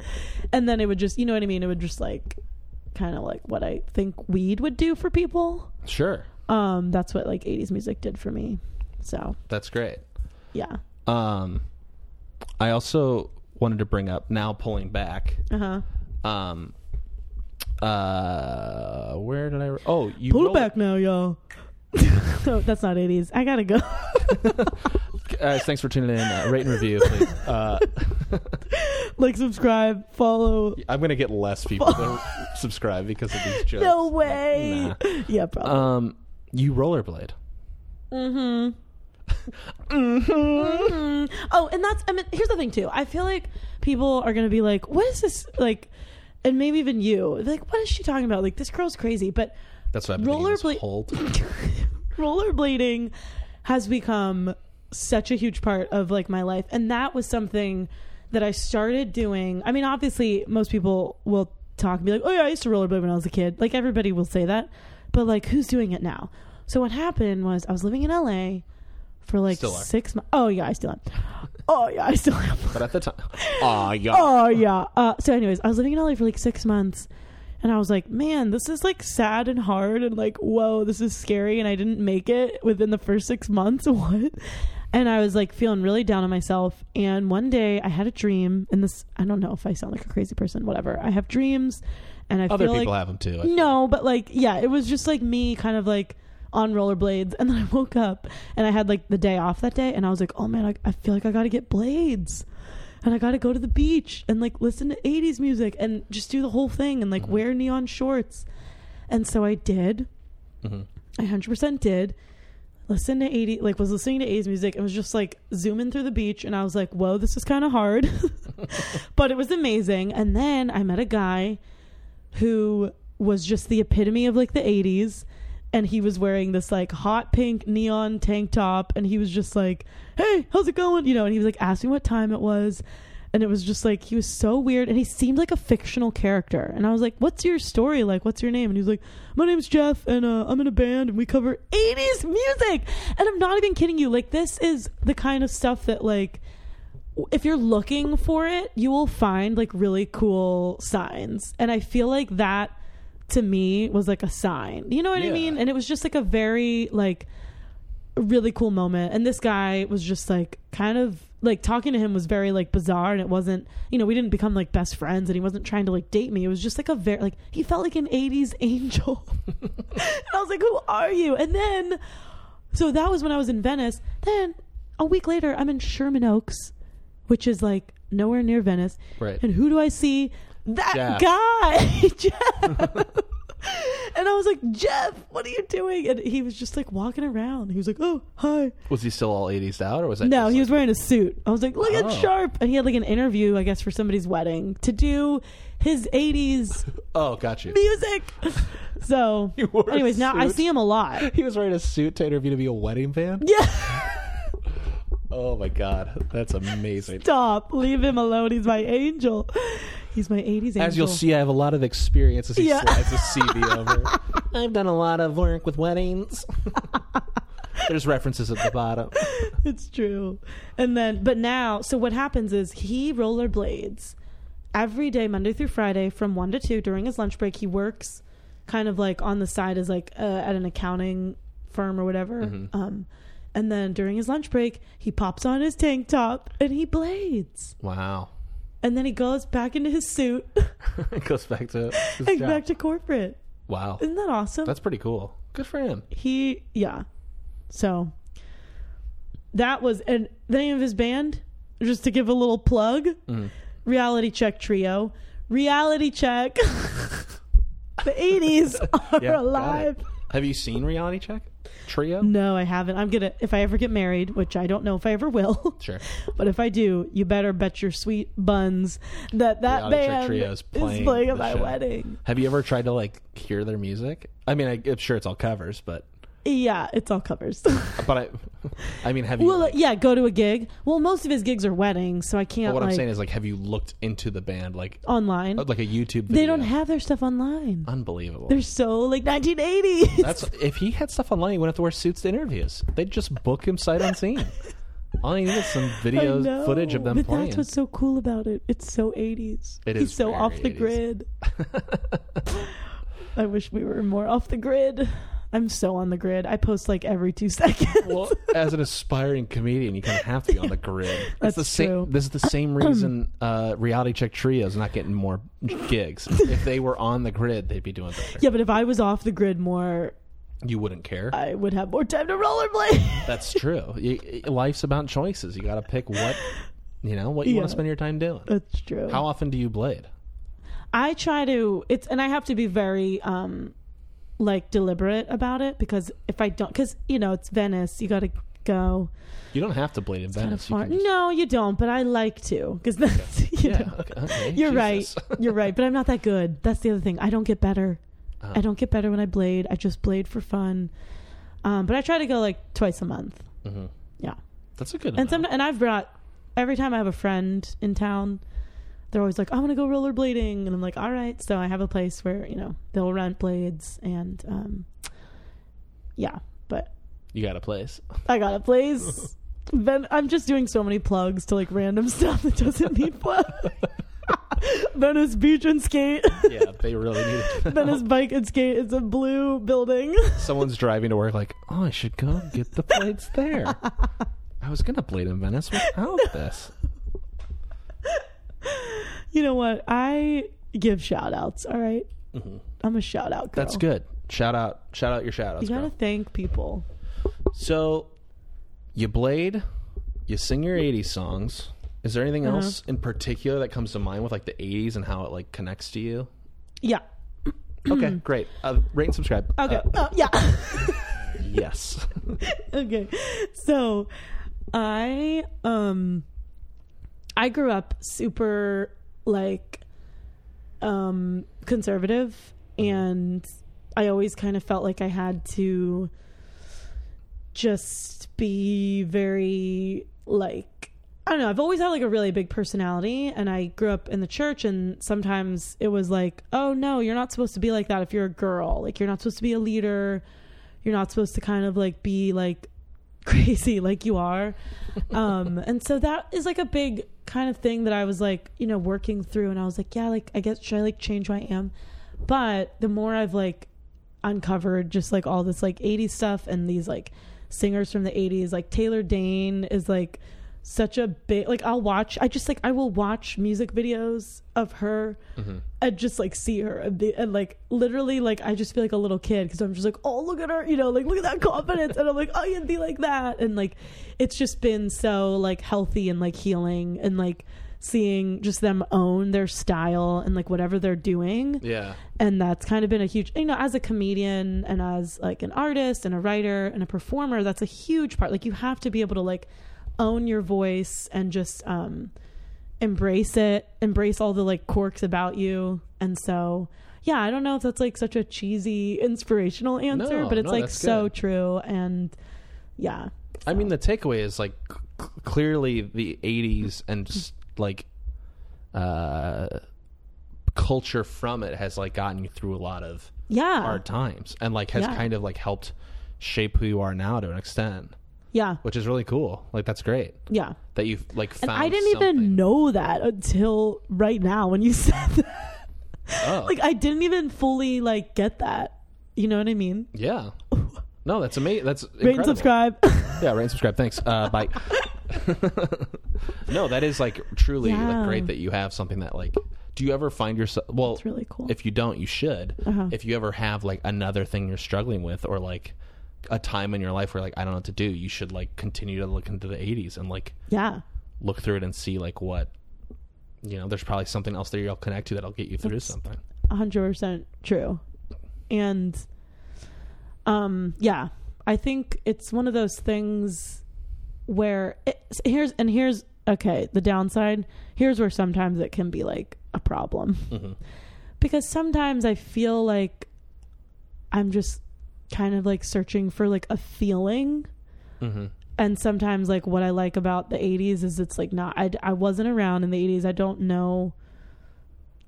D: and then it would just you know what i mean it would just like kind of like what i think weed would do for people
C: sure,
D: um that's what like 80s music did for me so
C: that's great.
D: yeah
C: Um, I also wanted to bring up now pulling back.
D: uh-huh
C: Um, uh, where did I? Oh, you
D: pull
C: roll-
D: it back now y'all no that's not 80s i gotta go
C: Guys, thanks for tuning in. Uh, rate and review. Please. Uh,
D: like subscribe follow
C: I'm gonna get less people to subscribe because of these jokes.
D: no way
C: Nah.
D: yeah probably
C: Um, you rollerblade.
D: Mm. Oh, and that's I mean, here's the thing too. I feel like people are gonna be like, "What is this?" Like, and maybe even you, They're like, "What is she talking about?" Like, this girl's crazy. But
C: That's what I've been thinking this
D: Rollerblade-
C: whole time.
D: rollerblading has become such a huge part of like my life, and that was something that I started doing. I mean, obviously, most people will talk and be like, "Oh yeah, I used to rollerblade when I was a kid." Like everybody will say that, but like, who's doing it now? So what happened was I was living in LA for like
C: Still are.
D: six months. Oh yeah, I still am. Oh yeah, I still am.
C: But at the time, oh yeah,
D: Oh yeah. Uh, so, anyways, I was living in LA for like six months, and I was like, man, this is like sad and hard, and like, whoa, this is scary, and I didn't make it within the first six months. What? And I was like feeling really down on myself. And one day I had a dream, and this, I don't know if I sound like a crazy person, whatever. I have dreams, and I
C: Other
D: feel
C: people
D: like
C: have them too. I think.
D: no, but like yeah, it was just like me kind of like on rollerblades and then I woke up and I had like the day off that day and I was like, "Oh man, I, I feel like I got to get blades." And I got to go to the beach and like listen to 80s music and just do the whole thing and like wear neon shorts. And so I did.
C: Mhm.
D: I 100% did. Listen to 80 like was listening to 80s music and was just like zooming through the beach and I was like, "Whoa, this is kind of hard." but it was amazing. And then I met a guy who was just the epitome of like the 80s and he was wearing this like hot pink neon tank top and he was just like hey how's it going you know and he was like asking what time it was and it was just like he was so weird and he seemed like a fictional character and i was like what's your story like what's your name and he was like my name's jeff and uh, i'm in a band and we cover 80s music and i'm not even kidding you like this is the kind of stuff that like if you're looking for it, you will find like really cool signs. And I feel like that to me was like a sign. You know what I
C: Yeah.
D: mean? And it was just like a very like really cool moment. And this guy was just like kind of like talking to him was very like bizarre and it wasn't, you know, we didn't become like best friends and he wasn't trying to like date me. It was just like a very like he felt like an 80s angel. and I was like, "Who are you?" And then so that was when I was in Venice. Then a week later, I'm in Sherman Oaks, which is like nowhere near Venice.
C: Right.
D: And who do I see? That
C: Jeff.
D: guy, Jeff. and I was like, Jeff, what are you doing? And he was just like walking around. He was like, Oh, hi.
C: Was he still all 80s out, or was that
D: No,
C: just
D: he
C: like-
D: was wearing a suit. I was like, Look
C: Oh.
D: at Sharp. And he had like an interview, I guess, for somebody's wedding to do his 80s
C: Oh, got you.
D: music. So,
C: He wore a
D: anyways, now I
C: suit?
D: see him a lot.
C: He was wearing a suit to interview to be a wedding band.
D: Yeah.
C: Oh my god, that's amazing.
D: stop. Leave him alone. He's my angel. He's my 80s angel.
C: As you'll see, I have a lot of experience as he
D: Yeah.
C: slides his CV over. I've done a lot of work with weddings. There's references at the bottom.
D: It's true. And then, but now, so what happens is he rollerblades every day, Monday through Friday, from 1 to 2 during his lunch break. He works kind of like on the side as like uh, at an accounting firm or whatever.
C: Mm-hmm.
D: Um, and then during his lunch break, he pops on his tank top and he blades.
C: Wow.
D: And then he goes back into his suit
C: It goes back to his
D: and
C: job.
D: back to corporate.
C: Wow.
D: Isn't that awesome?
C: That's pretty cool. Good for him.
D: he yeah so that was and the name of his band just to give a little plug
C: Mm-hmm.
D: reality check trio reality check the 80s are
C: Yeah, got it.
D: alive
C: Have you seen Reality Check? Trio?
D: no i haven't i'm gonna if i ever get married which i don't know if i ever will
C: Sure.
D: but if i do you better bet your sweet buns that that
C: Reality Check
D: band
C: Trio is
D: is
C: playing
D: playing at
C: the
D: my
C: show.
D: wedding
C: Have you ever tried to like hear their music? I mean, I, I'm sure it's all covers, but
D: yeah it's all covers
C: but I, I mean, have you?
D: Well,
C: like-
D: yeah, go to a gig. Well, most of his gigs are weddings, so I can't.
C: what
D: like,
C: I'm saying is, like, have you looked into the band like
D: online.
C: like a YouTube? Video?
D: they don't have their stuff online.
C: Unbelievable.
D: They're so like 1980s.
C: That's if he had stuff online, he wouldn't have to wear suits to interviews. They'd just book him sight unseen. All you need is some
D: I
C: video
D: know,
C: uh, footage of them
D: but
C: playing.
D: That's what's so cool about it. It's so 80s.
C: It
D: He's
C: is
D: so
C: very
D: off the
C: 80s.
D: grid. I wish we were more off the grid. I'm so on the grid. I post like every two seconds.
C: well, as an aspiring comedian, you kind of have to be on the grid.
D: That's
C: the same.
D: true.
C: This is the same reason uh, reality check trios not getting more gigs. if they were on the grid, they'd be doing better.
D: yeah, but if I was off the grid more,
C: You wouldn't care.
D: I would have more time to rollerblade.
C: That's true. You, i- life's about choices. You got to pick what you know what you want
D: Yeah. Uh,
C: to spend your time doing.
D: That's true.
C: How often do you blade?
D: I try to it's and I have to be very um like deliberate about it because if I don't cuz you know it's Venice you got to go
C: You don't have to blade in
D: kind of
C: Venice. You
D: far.
C: can just-
D: No, you don't, but I like to cuz that's Oh, you
C: yeah.
D: know.
C: Okay. okay,
D: You're
C: Jesus.
D: right. You're right, but I'm not that good. That's the other thing. I don't get better.
C: Uh-huh.
D: I don't get better when I blade. I just blade for fun. Um but I try to go like twice a month. Yeah.
C: Mm-hmm. That's a good.
D: And
C: amount.
D: some and I've brought every time I have a friend in town, they're always like, "I want to go rollerblading," and I'm like, "All right." So I have a place where you know they'll rent blades and um, yeah. But
C: you got a place.
D: I got a place. Then I'm just doing so many plugs to like random stuff that doesn't need plugs. Venice Beach and Skate.
C: Yeah, they really need it.
D: Venice Bike and Skate. It's a blue building.
C: Someone's driving to work, like, oh, I should go get the blades there. I was gonna blade in Venice without this.
D: You know what? I give shout outs, all right? I'm a shout out girl.
C: Mm-hmm. That's good. Shout out, shout out your shout outs.
D: You gotta thank people.
C: So, you blade, you sing your '80s songs. Is there
D: Uh-huh.
C: anything else in particular that comes to mind with like the '80s and how it like connects to you?
D: Yeah.
C: Okay, great. Uh, rate and subscribe.
D: Okay.
C: Uh,
D: oh, yeah.
C: yes.
D: okay. So I um I grew up super like um conservative and I always kind of felt like I had to just be very like I don't know, I've always had like a really big personality and I grew up in the church and sometimes it was like, "Oh no, you're not supposed to be like that if you're a girl. Like you're not supposed to be a leader. You're not supposed to kind of like be like crazy like you are." Um and so that is like a big kind of thing that I was like, you know, working through and I was like, "Yeah, like I guess should I like change who I am?" But the more I've like uncovered just like all this like 80s stuff and these like singers from the 80s like Taylor Dane is like such a big like I'll watch I just like I will watch music videos of her and just like see her and, be, and like literally like I just feel like a little kid because I'm just like oh look at her you know like look at that confidence and I'm like oh you'd be like that and like it's just been so like healthy and like healing and like seeing just them own their style and like whatever they're doing
C: Yeah.
D: and that's kind of been a huge you know as a comedian and as like an artist and a writer and a performer that's a huge part like you have to be able to like own your voice and just um embrace it embrace all the like quirks about you and so yeah i don't know if that's like such a cheesy inspirational answer
C: No,
D: but it's
C: no,
D: like
C: that's
D: so
C: good.
D: true and yeah
C: I mean, the takeaway is like c- c- clearly the '80s and just like uh, culture from it has like gotten you through a lot of
D: yeah
C: hard times and like has
D: Yeah.
C: kind of like helped shape who you are now to an extent,
D: yeah
C: which is really cool. Like that's great
D: yeah
C: that you've like
D: and
C: found.
D: i didn't even know that until right now when you said that
C: Oh,
D: like I didn't even fully like get that. You know what I mean?
C: yeah. No, that's amazing. That's
D: Rate and
C: incredible.
D: subscribe.
C: Yeah, rate and subscribe. Thanks. Uh, bye. no, that is like truly
D: Yeah.
C: like great that you have something that like. Do you ever find yourself? Well,
D: It's really cool. Uh-huh.
C: If you don't, you should. If you ever have like another thing you're struggling with, or like a time in your life where like I don't know what to do, you should like continue to look into the '80s and like
D: yeah.
C: look through it and see like what you know. There's probably something else there you'll connect to that'll get you through something.
D: hundred percent true. And um yeah. I think it's one of those things where it, here's and here's okay, the downside, here's where sometimes it can be like a problem.
C: Mm. Mm-hmm.
D: Because sometimes I feel like I'm just kind of like searching for like a feeling.
C: Mm-hmm.
D: And sometimes like what I like about the 80s is it's like not I I wasn't around in the 80s. I don't know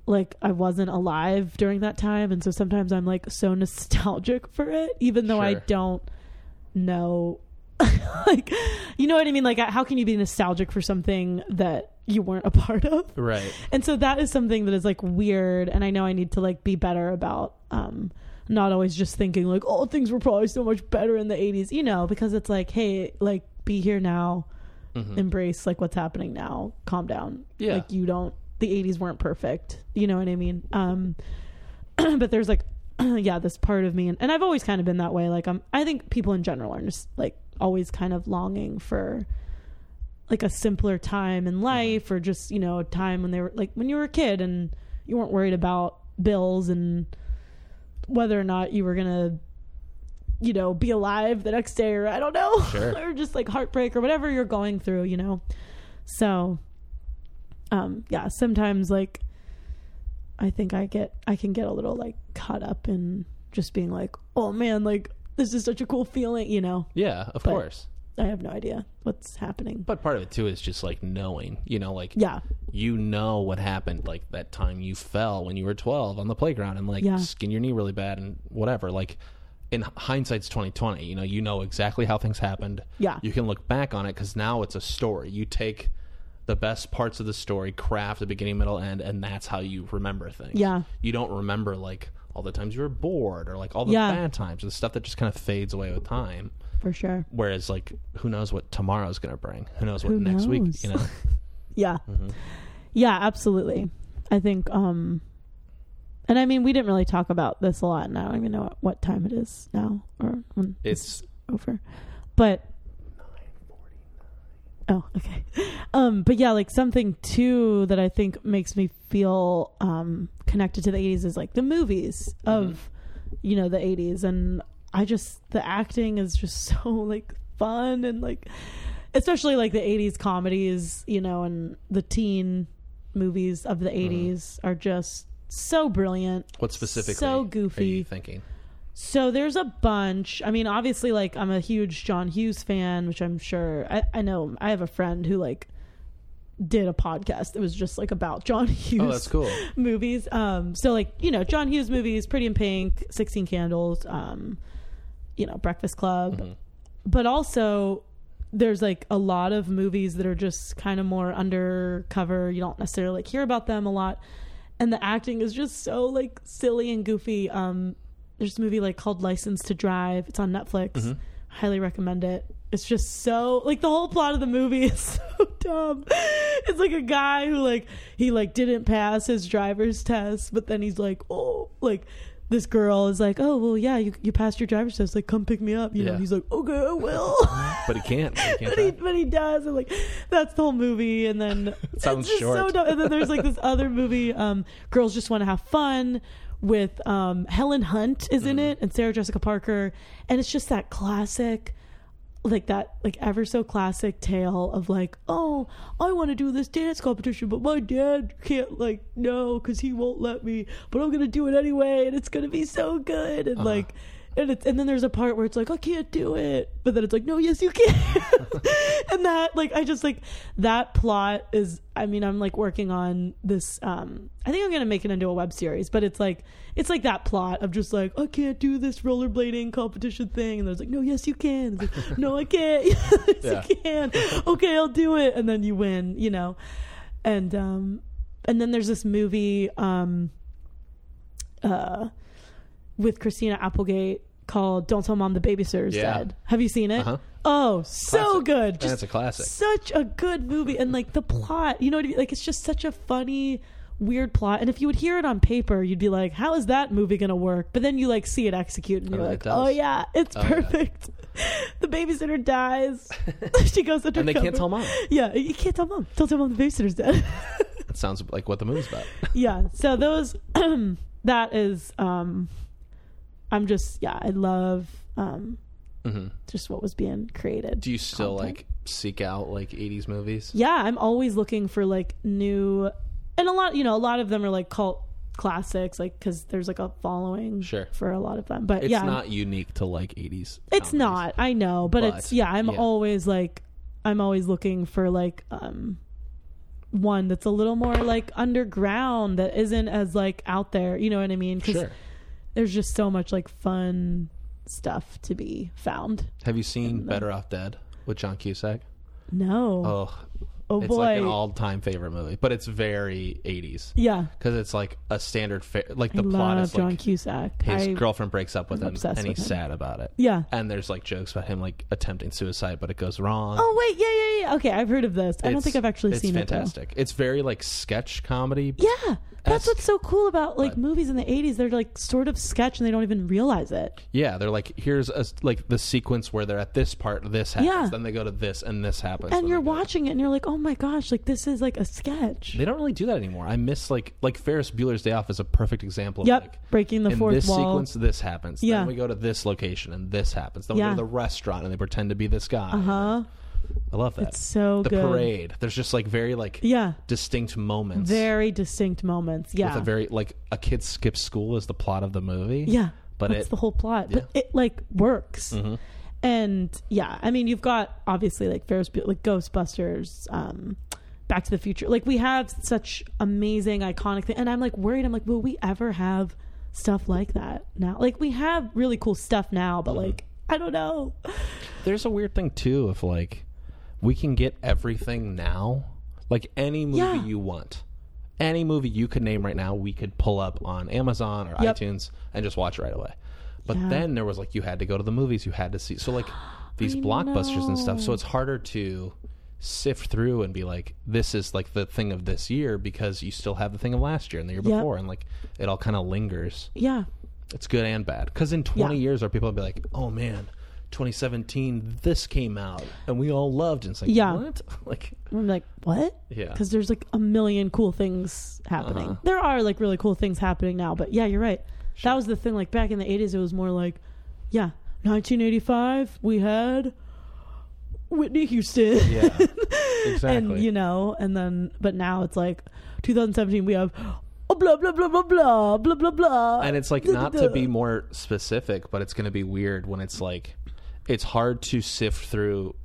D: like I wasn't alive during that time and so sometimes I'm like so nostalgic for it even though I
C: Sure.
D: don't know like you know what I mean like how can you be nostalgic for something that you weren't a part of?
C: Right.
D: and so that is something that is like weird and i know i need to like be better about um not always just thinking like oh things were probably so much better in the 80s you know because it's like hey like be here now
C: Mm-hmm. Mm.
D: embrace like what's happening now calm down
C: Yeah.
D: like you don't the 80s weren't perfect you know what i mean um but there's like yeah this part of me and, and i've always kind of been that way like i'm i think people in general are just like always kind of longing for like a simpler time
C: Mm-hmm.
D: in life or just you know a time when they were like when you were a kid and you weren't worried about bills and whether or not you were gonna you know be alive the next day or i don't know
C: Sure.
D: or just like heartbreak or whatever you're going through you know so um yeah sometimes like i think i get i can get a little like caught up in just being like oh man like this is such a cool feeling you know
C: Yeah, of course.
D: i have no idea what's happening but
C: But part of it too is just like knowing, you know, like
D: yeah
C: you know what happened like that time you fell when you were 12 on the playground and like
D: Yeah.
C: skinned your knee really bad and whatever like in hindsight's 2020 you know you know exactly how things happened
D: Yeah.
C: you can look back on it because now it's a story you take the best parts of the story craft the beginning middle end and that's how you remember things
D: Yeah.
C: you don't remember like all the times you were bored or like all the
D: Yeah.
C: bad times the stuff that just kind of fades away with time
D: for sure
C: whereas like who knows what tomorrow's gonna bring who knows what
D: Who
C: next week
D: knows?
C: you know
D: Yeah. Yeah, absolutely. I think um And I mean, we didn't really talk about this a lot, and I don't even know what time it is now or when this
C: It's
D: over. But Oh, okay. Um, but yeah, like something too that I think makes me feel um connected to the 80s is like the movies of you know the 80s and I just the acting is just so like fun and like especially like the 80s comedies, you know, and the teen movies of the 80s are just so brilliant.
C: what specifically?
D: So goofy.
C: Are you thinking?
D: So there's a bunch. I mean, obviously, like I'm a huge John Hughes fan, which I'm sure I, I know. I have a friend who like did a podcast that was just like about John Hughes.
C: Oh, that's cool.
D: Movies. Um, so like you know John Hughes movies, Pretty in Pink, Sixteen Candles, um, you know Breakfast Club,
C: Mm-hmm.
D: but also there's like a lot of movies that are just kind of more undercover. You don't necessarily like hear about them a lot, and the acting is just so like silly and goofy. Um, there's this movie like called License to Drive. It's on Netflix. Highly recommend it. It's just so like the whole plot of the movie is so dumb. It's like a guy who like he like didn't pass his driver's test, but then he's like, oh, like this girl is like, oh well, yeah, you you passed your driver's test. Like, come pick me up. You know,
C: Yeah.
D: he's like, okay, I will.
C: But he can't. He can't
D: but he
C: drive.
D: but he does, and like that's the whole movie. And then
C: Sounds
D: it's just So
C: short.
D: dumb. And then there's like this other movie, um, Girls Just Want to Have Fun, with um, Helen Hunt is
C: Mm-hmm.
D: in it and Sarah Jessica Parker, and it's just that classic. Like that, like ever so classic tale of like, oh, I want to do this dance competition, but my dad can't like no because he won't let me. But I'm gonna do it anyway, and it's gonna be so good.
C: Uh-huh.
D: And like, and it's and then there's a part where it's like, I can't do it, but then it's like, no, yes, you can. and that like i just like that plot is i mean i'm like working on this um i think i'm gonna make it into a web series but it's like it's like that plot of just like i can't do this rollerblading competition thing and there's like no yes you can it's like, no i can't yes you can okay i'll do it and then you win you know and um and then there's this movie um uh with christina applegate called don't tell mom the babysitter's
C: Yeah.
D: dead have you seen it
C: Uh-huh.
D: oh so
C: Classic.
D: good
C: That's a classic.
D: such a good movie and like the plot you know what I mean? like it's just such a funny weird plot and if you would hear it on paper you'd be like how is that movie gonna work but then you like see it execute and you're
C: it
D: like
C: does.
D: oh yeah it's
C: yeah.
D: perfect the babysitter dies she goes under
C: And they can't tell mom.
D: yeah you can't tell mom don't tell mom the babysitter's dead
C: That sounds like what the movie's about.
D: yeah so those that is um i'm just yeah i love um just what was being created
C: Mm-hmm. Do you still
D: Content.
C: like seek out like '80s movies?
D: yeah i'm always looking for like new and a lot you know a lot of them are like cult classics like because there's like a following
C: Sure.
D: for a lot of them but
C: It's
D: yeah
C: not unique to like '80s.
D: it's
C: comedies.
D: not i know but,
C: But,
D: it's yeah i'm
C: yeah.
D: always like i'm always looking for like um one that's a little more like underground that isn't as like out there you know what i mean 'Cause
C: Sure.
D: there's just so much like fun stuff to be found
C: Have you seen Better Off Dead with John Cusack?
D: no oh,
C: Oh, it's
D: boy
C: like an all-time favorite movie, but it's very '80s
D: yeah
C: because it's like a standard. Fa- like the
D: I
C: plot
D: love
C: is
D: john
C: like
D: cusack
C: his
D: I-
C: girlfriend breaks up with
D: I'm
C: him
D: obsessed
C: and
D: with
C: he's
D: him.
C: sad about it.
D: yeah
C: And there's like jokes about him like attempting suicide, but it goes wrong.
D: Oh wait, yeah, yeah, yeah. Okay, I've heard of this. I don't
C: It's-
D: think I've actually
C: it's
D: seen
C: fantastic. It's very like sketch comedy.
D: it. Though. Yeah, that's
C: Esque.
D: what's so cool about like
C: But-
D: movies in the '80s. They're like sort of sketch, and they don't even realize it.
C: Yeah, they're like here's a, like the sequence where they're at this part, this happens,
D: Yeah.
C: then they go to this, and this happens. then
D: and you're
C: they go to-
D: watching it, and you're like, oh my gosh, like this is like a sketch.
C: They don't really do that anymore. I miss like like Ferris Bueller's Day Off is a perfect example. of
D: Yep,
C: like,
D: breaking the
C: in
D: fourth
C: this
D: wall.
C: sequence, this happens.
D: Yeah.
C: Then we go to this location, and this happens. Then we
D: Yeah.
C: go to the restaurant, and they pretend to be this guy.
D: Uh huh.
C: I love that.
D: It's so
C: the
D: good.
C: parade. There's just like very like
D: Yeah.
C: distinct moments.
D: Very distinct moments. Yeah.
C: with a very like a kid skips school is the plot of the movie.
D: Yeah.
C: but
D: that's
C: it Mm-hmm.
D: the whole plot. But it like works. And yeah, I mean, you've got obviously like Ferris Bueller, like Ghostbusters, um, Back to the Future. Like we have such amazing, iconic thing, and I'm like worried. I'm like, will we ever have stuff like that now? Like we have really cool stuff now, but
C: Mm-hmm.
D: like I don't know.
C: there's a weird thing too of like we can get everything now like any movie
D: Yeah.
C: you want any movie you could name right now we could pull up on amazon or
D: Yep.
C: itunes and just watch it right away but
D: Yeah.
C: then there was like you had to go to the movies you had to see so like these
D: I
C: blockbusters and stuff so
D: know.
C: it's harder to sift through and be like, this is like the thing of this year because you still have the thing of last year and the year
D: Yep.
C: before, and like it all kind of lingers.
D: Yeah.
C: It's good and bad because in 20
D: Yeah.
C: years, our people will be like, oh man. 2017, this came out, and we all loved. it." And it's like,
D: Yeah.
C: what? Like,
D: I'm like, what?
C: yeah, Uh-huh.
D: Because there's like a million cool things happening. There are like really cool things happening now, but yeah, you're right. That was the thing. Like back in the 80s, it was more like, yeah, 1985, we had Whitney Houston.
C: yeah, exactly.
D: and you know, and then but now it's like 2017 we have oh, blah blah blah blah blah blah blah blah.
C: and it's like
D: Duh,
C: not
D: duh,
C: to
D: duh.
C: be more specific but it's going to be weird when it's like it's hard to sift through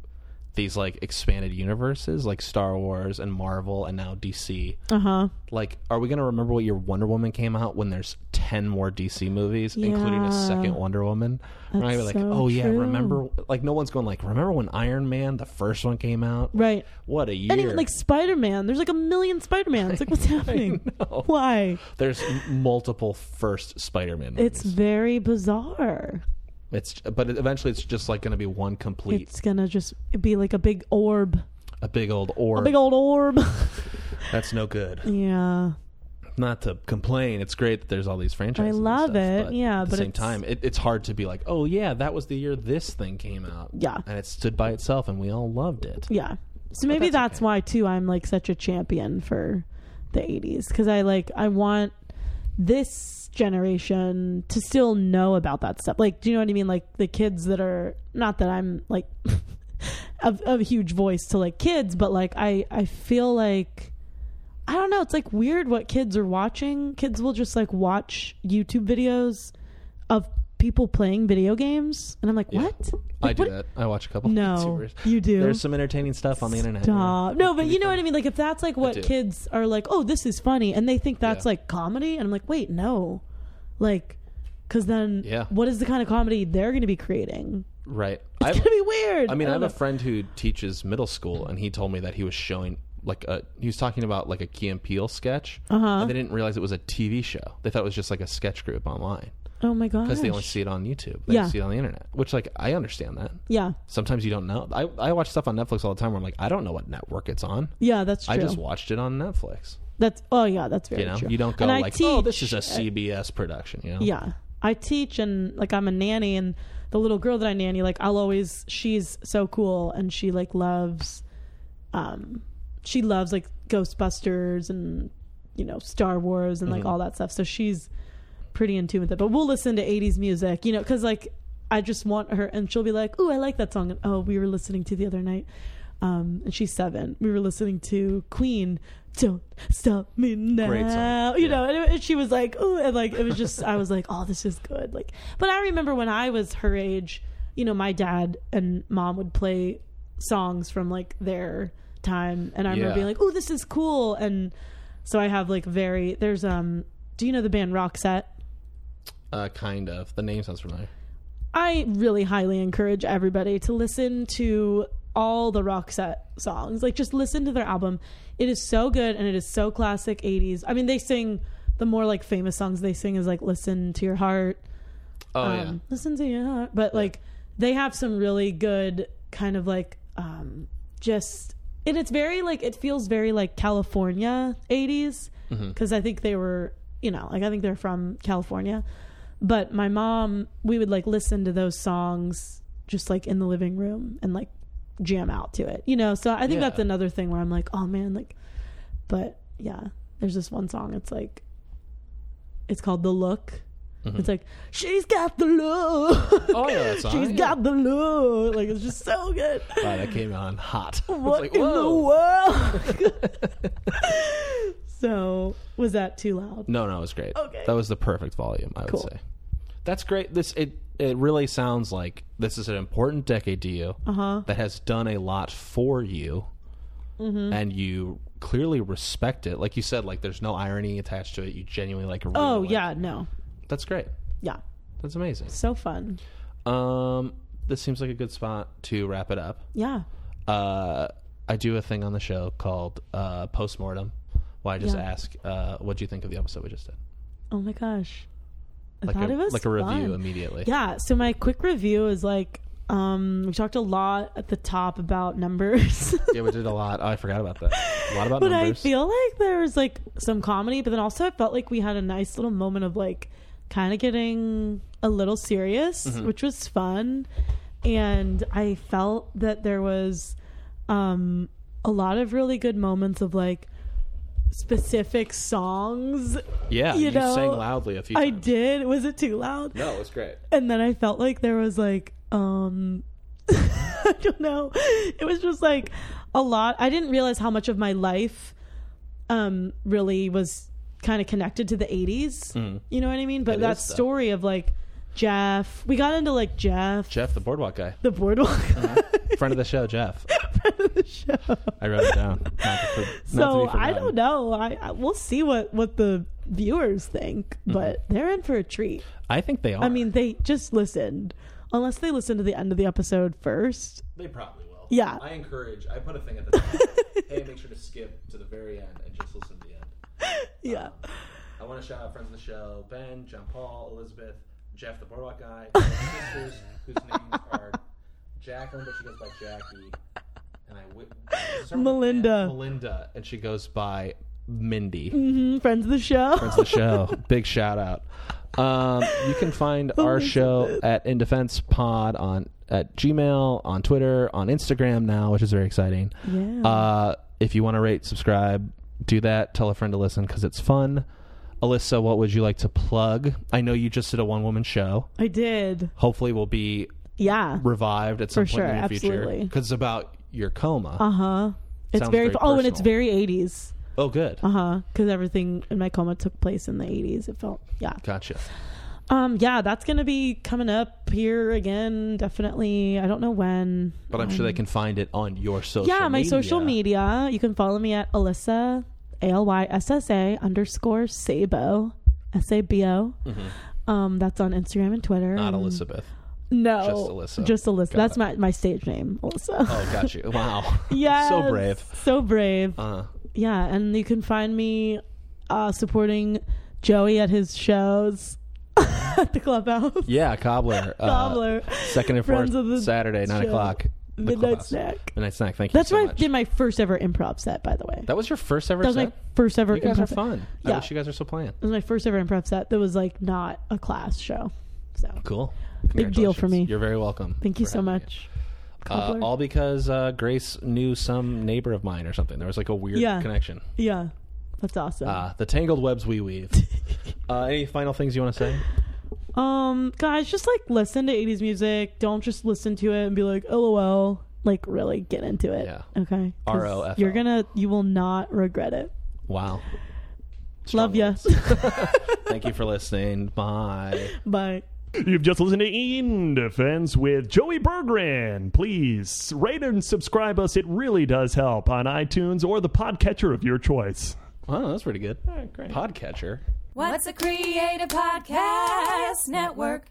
C: these like expanded universes like star wars and marvel and now dc
D: uh-huh.
C: like are we going to remember what year wonder woman came out when there's 10 more dc movies including a
D: Yeah.
C: second wonder woman We're not gonna be like
D: so
C: oh yeah
D: true.
C: remember like no one's going like remember when iron man the first one came out
D: Right.
C: what a year
D: And even like Spider-Man, there's like a million Spider-Mans. Like what's happening?
C: know.
D: Why?
C: Oh, there's m- multiple first spider-man
D: It's
C: movies.
D: very bizarre.
C: it's but eventually it's just like going to be one complete
D: It's going to just be like a big orb.
C: a big old orb.
D: A big old orb.
C: That's no good.
D: yeah.
C: Not to complain. It's great that there's all these franchises. and
D: love
C: stuff,
D: it,
C: But
D: yeah,
C: at the
D: but
C: same
D: it's-
C: time, it, it's hard to be like, oh yeah, that was the year this thing came out.
D: Yeah.
C: and it stood by itself, and we all loved it.
D: Yeah. So maybe that's,
C: that's okay.
D: why too I'm like such a champion for the 80s cuz I like I want this generation to still know about that stuff. Like do you know what I mean like the kids that are not that I'm like of of a huge voice to like kids but like I I feel like I don't know. It's like weird what kids are watching. Kids will just like watch YouTube videos of people playing video games, and I'm like,
C: Yeah.
D: what?
C: I
D: Like,
C: do
D: what-
C: that. I watch a couple.
D: No,
C: YouTubers.
D: you do.
C: There's some entertaining stuff on the internet. yeah.
D: Stop. No, but
C: It'd be
D: you know
C: fun.
D: what I mean? Like, if that's like
C: do.
D: what kids are like, oh, this is funny, and they think that's
C: Yeah.
D: like comedy, and I'm like, wait, no. Like, because then
C: Yeah.
D: what is the kind of comedy they're going to be creating?
C: Right.
D: It's
C: I've-
D: going to be weird. Oh
C: I mean, I have
D: don't
C: a
D: know.
C: friend who teaches middle school, and he told me that he was showing like a he was talking about like a Key and Peele sketch,
D: Uh-huh.
C: and they didn't realize it was a TV show. They thought it was just like a sketch group online
D: Oh my gosh.
C: because they only see it on YouTube. They
D: Yeah.
C: see it on the internet, which like I understand that.
D: Yeah.
C: Sometimes you don't know. I I watch stuff on Netflix all the time where I'm like, I don't know what network it's on.
D: Yeah, that's true.
C: I just watched it on Netflix.
D: that's, oh, yeah, that's very
C: You know,
D: true.
C: you don't go
D: And I
C: like, oh, this
D: teach-
C: is a CBS production. You know,
D: Yeah. I teach and like I'm a nanny and the little girl that I nanny, like I'll always she's so cool and she like loves um she loves like Ghostbusters and you know, Star Wars
C: Mm-hmm.
D: and like all that stuff. So she's pretty in tune with it. But we'll listen to 80s music, you know, cuz like I just want her and she'll be like, "Ooh, I like that song." And, oh, we were listening to the other night. Um, and she's 7. We were listening to Queen, Don't Stop Me Now.
C: Great song.
D: You
C: Yeah.
D: know, and, it- and she was like, "Ooh," and like it was just I was like, "Oh, this is good." Like, but I remember when I was her age, you know, my dad and mom would play songs from like their time, and I
C: Yeah.
D: remember being like, "Oh, this is cool." And so I have like very there's um, do you know the band Roxette?
C: uh, kind of. The name sounds familiar.
D: I really highly encourage everybody to listen to all the Roxette songs. Like, just listen to their album. It is so good and it is so classic 80s. I mean, they sing the more like famous songs they sing is like Listen to Your Heart.
C: Oh yeah,
D: um, Listen to Your Heart. But like, they have some really good kind of like um, just. And it's very like, it feels very like California 80s
C: Mm-hmm.
D: because I think they were, you know, like I think they're from California but my mom we would like listen to those songs just like in the living room and like jam out to it you know so i think
C: Yeah.
D: that's another thing where i'm like oh man like but yeah there's this one song it's like it's called the look it's like she's got the look
C: Mm-hmm. Oh, yeah, that song,
D: she's
C: yeah.
D: got the look like it's just so good
C: wow, that came on hot. It's
D: what
C: like,
D: in the
C: whoa.
D: world so was that too loud
C: No, no, it was great.
D: Okay.
C: that was the perfect volume. I
D: Cool.
C: would say that's great. This it it really sounds like this is an important decade to you
D: Uh-huh.
C: that has done a lot for you,
D: Mm-hmm.
C: and you clearly respect it. Like you said, like there's no irony attached to it. You genuinely like. Really
D: oh
C: like-
D: yeah no
C: that's great.
D: yeah
C: That's amazing.
D: so fun
C: Um, this seems like a good spot to wrap it up.
D: yeah
C: Uh, I do a thing on the show called uh, postmortem, where I just
D: Yeah.
C: ask, uh, "What do you think of the episode we just did?"
D: Oh my gosh. I
C: Like
D: thought
C: a,
D: it was
C: like a review
D: fun.
C: immediately.
D: Yeah, so my quick review is like Um, we talked a lot at the top about numbers,
C: Yeah, we did a lot. Oh, I forgot about that. A lot about
D: but I
C: numbers.
D: feel like there was like some comedy, but then also I felt like we had a nice little moment of like kind of getting a little serious,
C: Mm-hmm.
D: which was fun. And I felt that there was um, a lot of really good moments of like specific songs.
C: yeah,
D: you
C: you,
D: know,
C: sang loudly a few
D: I
C: times.
D: did. Was it too loud?
C: No, it was great.
D: and then I felt like there was like um I don't know. It was just like a lot. I didn't realize how much of my life um really was kind of connected to the 80s. You know what I mean? But
C: Mm-hmm. It
D: that
C: is, though.
D: story of like Jeff, we got into like Jeff,
C: Jeff, the boardwalk guy,
D: the boardwalk
C: Uh-huh. friend of the show, Jeff.
D: show.
C: I wrote it down. Not to for- not to be
D: So I
C: forgotten.
D: don't know. I, I we'll see what what the viewers think,
C: Mm-hmm.
D: but they're in for a treat.
C: I think they are.
D: I mean, they just listened. Unless they listen to the end of the episode first,
C: they probably will.
D: Yeah. I
C: encourage. I put a thing at the top. hey, make sure to skip to the very end and just listen to the end.
D: Yeah.
C: I want to shout out friends of the show: Ben, John Paul, Elizabeth, Jeff, the boardwalk guy, sisters whose names are Jacqueline, but she goes by Jackie, and I wi- start with an
D: Melinda.
C: M, Melinda, and she goes by Mindy.
D: Mm, friends of the show.
C: Friends of the show, big shout out. Um, you can find our show at In Defense Pod on at Gmail, on Twitter, on Instagram now, which is very exciting.
D: Yeah.
C: Uh, if you want to rate, subscribe, do that. Tell a friend to listen because it's fun. Alyssa, what would you like to plug? I know you just did a one woman show.
D: I did.
C: Hopefully, will be
D: Yeah.
C: revived at some
D: For
C: point
D: sure,
C: in the near future
D: absolutely.
C: because it's about your coma.
D: Uh huh. It's
C: Sounds
D: very,
C: very
D: oh, and it's
C: personal.
D: very 80s.
C: oh, good.
D: Uh huh. Because everything in my coma took place in the 80s. It felt yeah.
C: Gotcha.
D: Um. Yeah. That's gonna be coming up here again. Definitely. I don't know when.
C: But I'm sure they can find it on your social.
D: Um, yeah. My social media. You can follow me at Alyssa A L Y S S A underscore Sabo S A B O. Um. That's on Instagram and Twitter.
C: Mm-hmm. Not
D: and-
C: Elizabeth.
D: No.
C: just Alyssa.
D: Just Alyssa.
C: Got
D: that's
C: it.
D: my my stage name. Alyssa.
C: Oh, got you. Wow.
D: Yeah.
C: So brave.
D: So brave.
C: Uh,
D: yeah, and you can find me uh, supporting Joey at his shows at the clubhouse.
C: yeah, Cobbler. uh,
D: Cobbler.
C: Second and
D: Friends
C: fourth
D: of the
C: Saturday, 9
D: show.
C: o'clock. the
D: Midnight
C: clubhouse.
D: snack.
C: Midnight Snack. Thank you
D: That's
C: so
D: where I
C: much.
D: did my first ever improv set, by the way. That,
C: That was your first ever
D: was
C: set?
D: my first ever
C: You guys
D: improv
C: are
D: set.
C: fun. I
D: Yeah.
C: wish you guys were still playing.
D: It was my first ever improv set that was like not a class show. So
C: Cool.
D: Big deal for
C: Congratulations.
D: me.
C: You're very welcome.
D: thank you
C: for
D: so
C: having me.
D: much.
C: Uh,
D: Cobbler.
C: all because uh, Grace knew some neighbor of mine or something. There was like a weird
D: Yeah.
C: connection.
D: yeah. That's awesome.
C: Uh, the tangled webs we weave. uh, any final things you want to say?
D: Um, guys, just like listen to 80s music. Don't just listen to it and be like, LOL. Like, really get into it.
C: Yeah.
D: Okay. 'Cause
C: ROFL.
D: You're gonna, you will not regret it.
C: Wow.
D: Love ya.
C: Thank you for listening. Bye.
D: Bye.
E: You've just listened to In Defense with Joey Berggren. Please rate and subscribe us. It really does help on iTunes or the podcatcher of your choice.
C: Oh, that's pretty good.
E: great.
C: Podcatcher.
F: What's a Creative Podcast Network?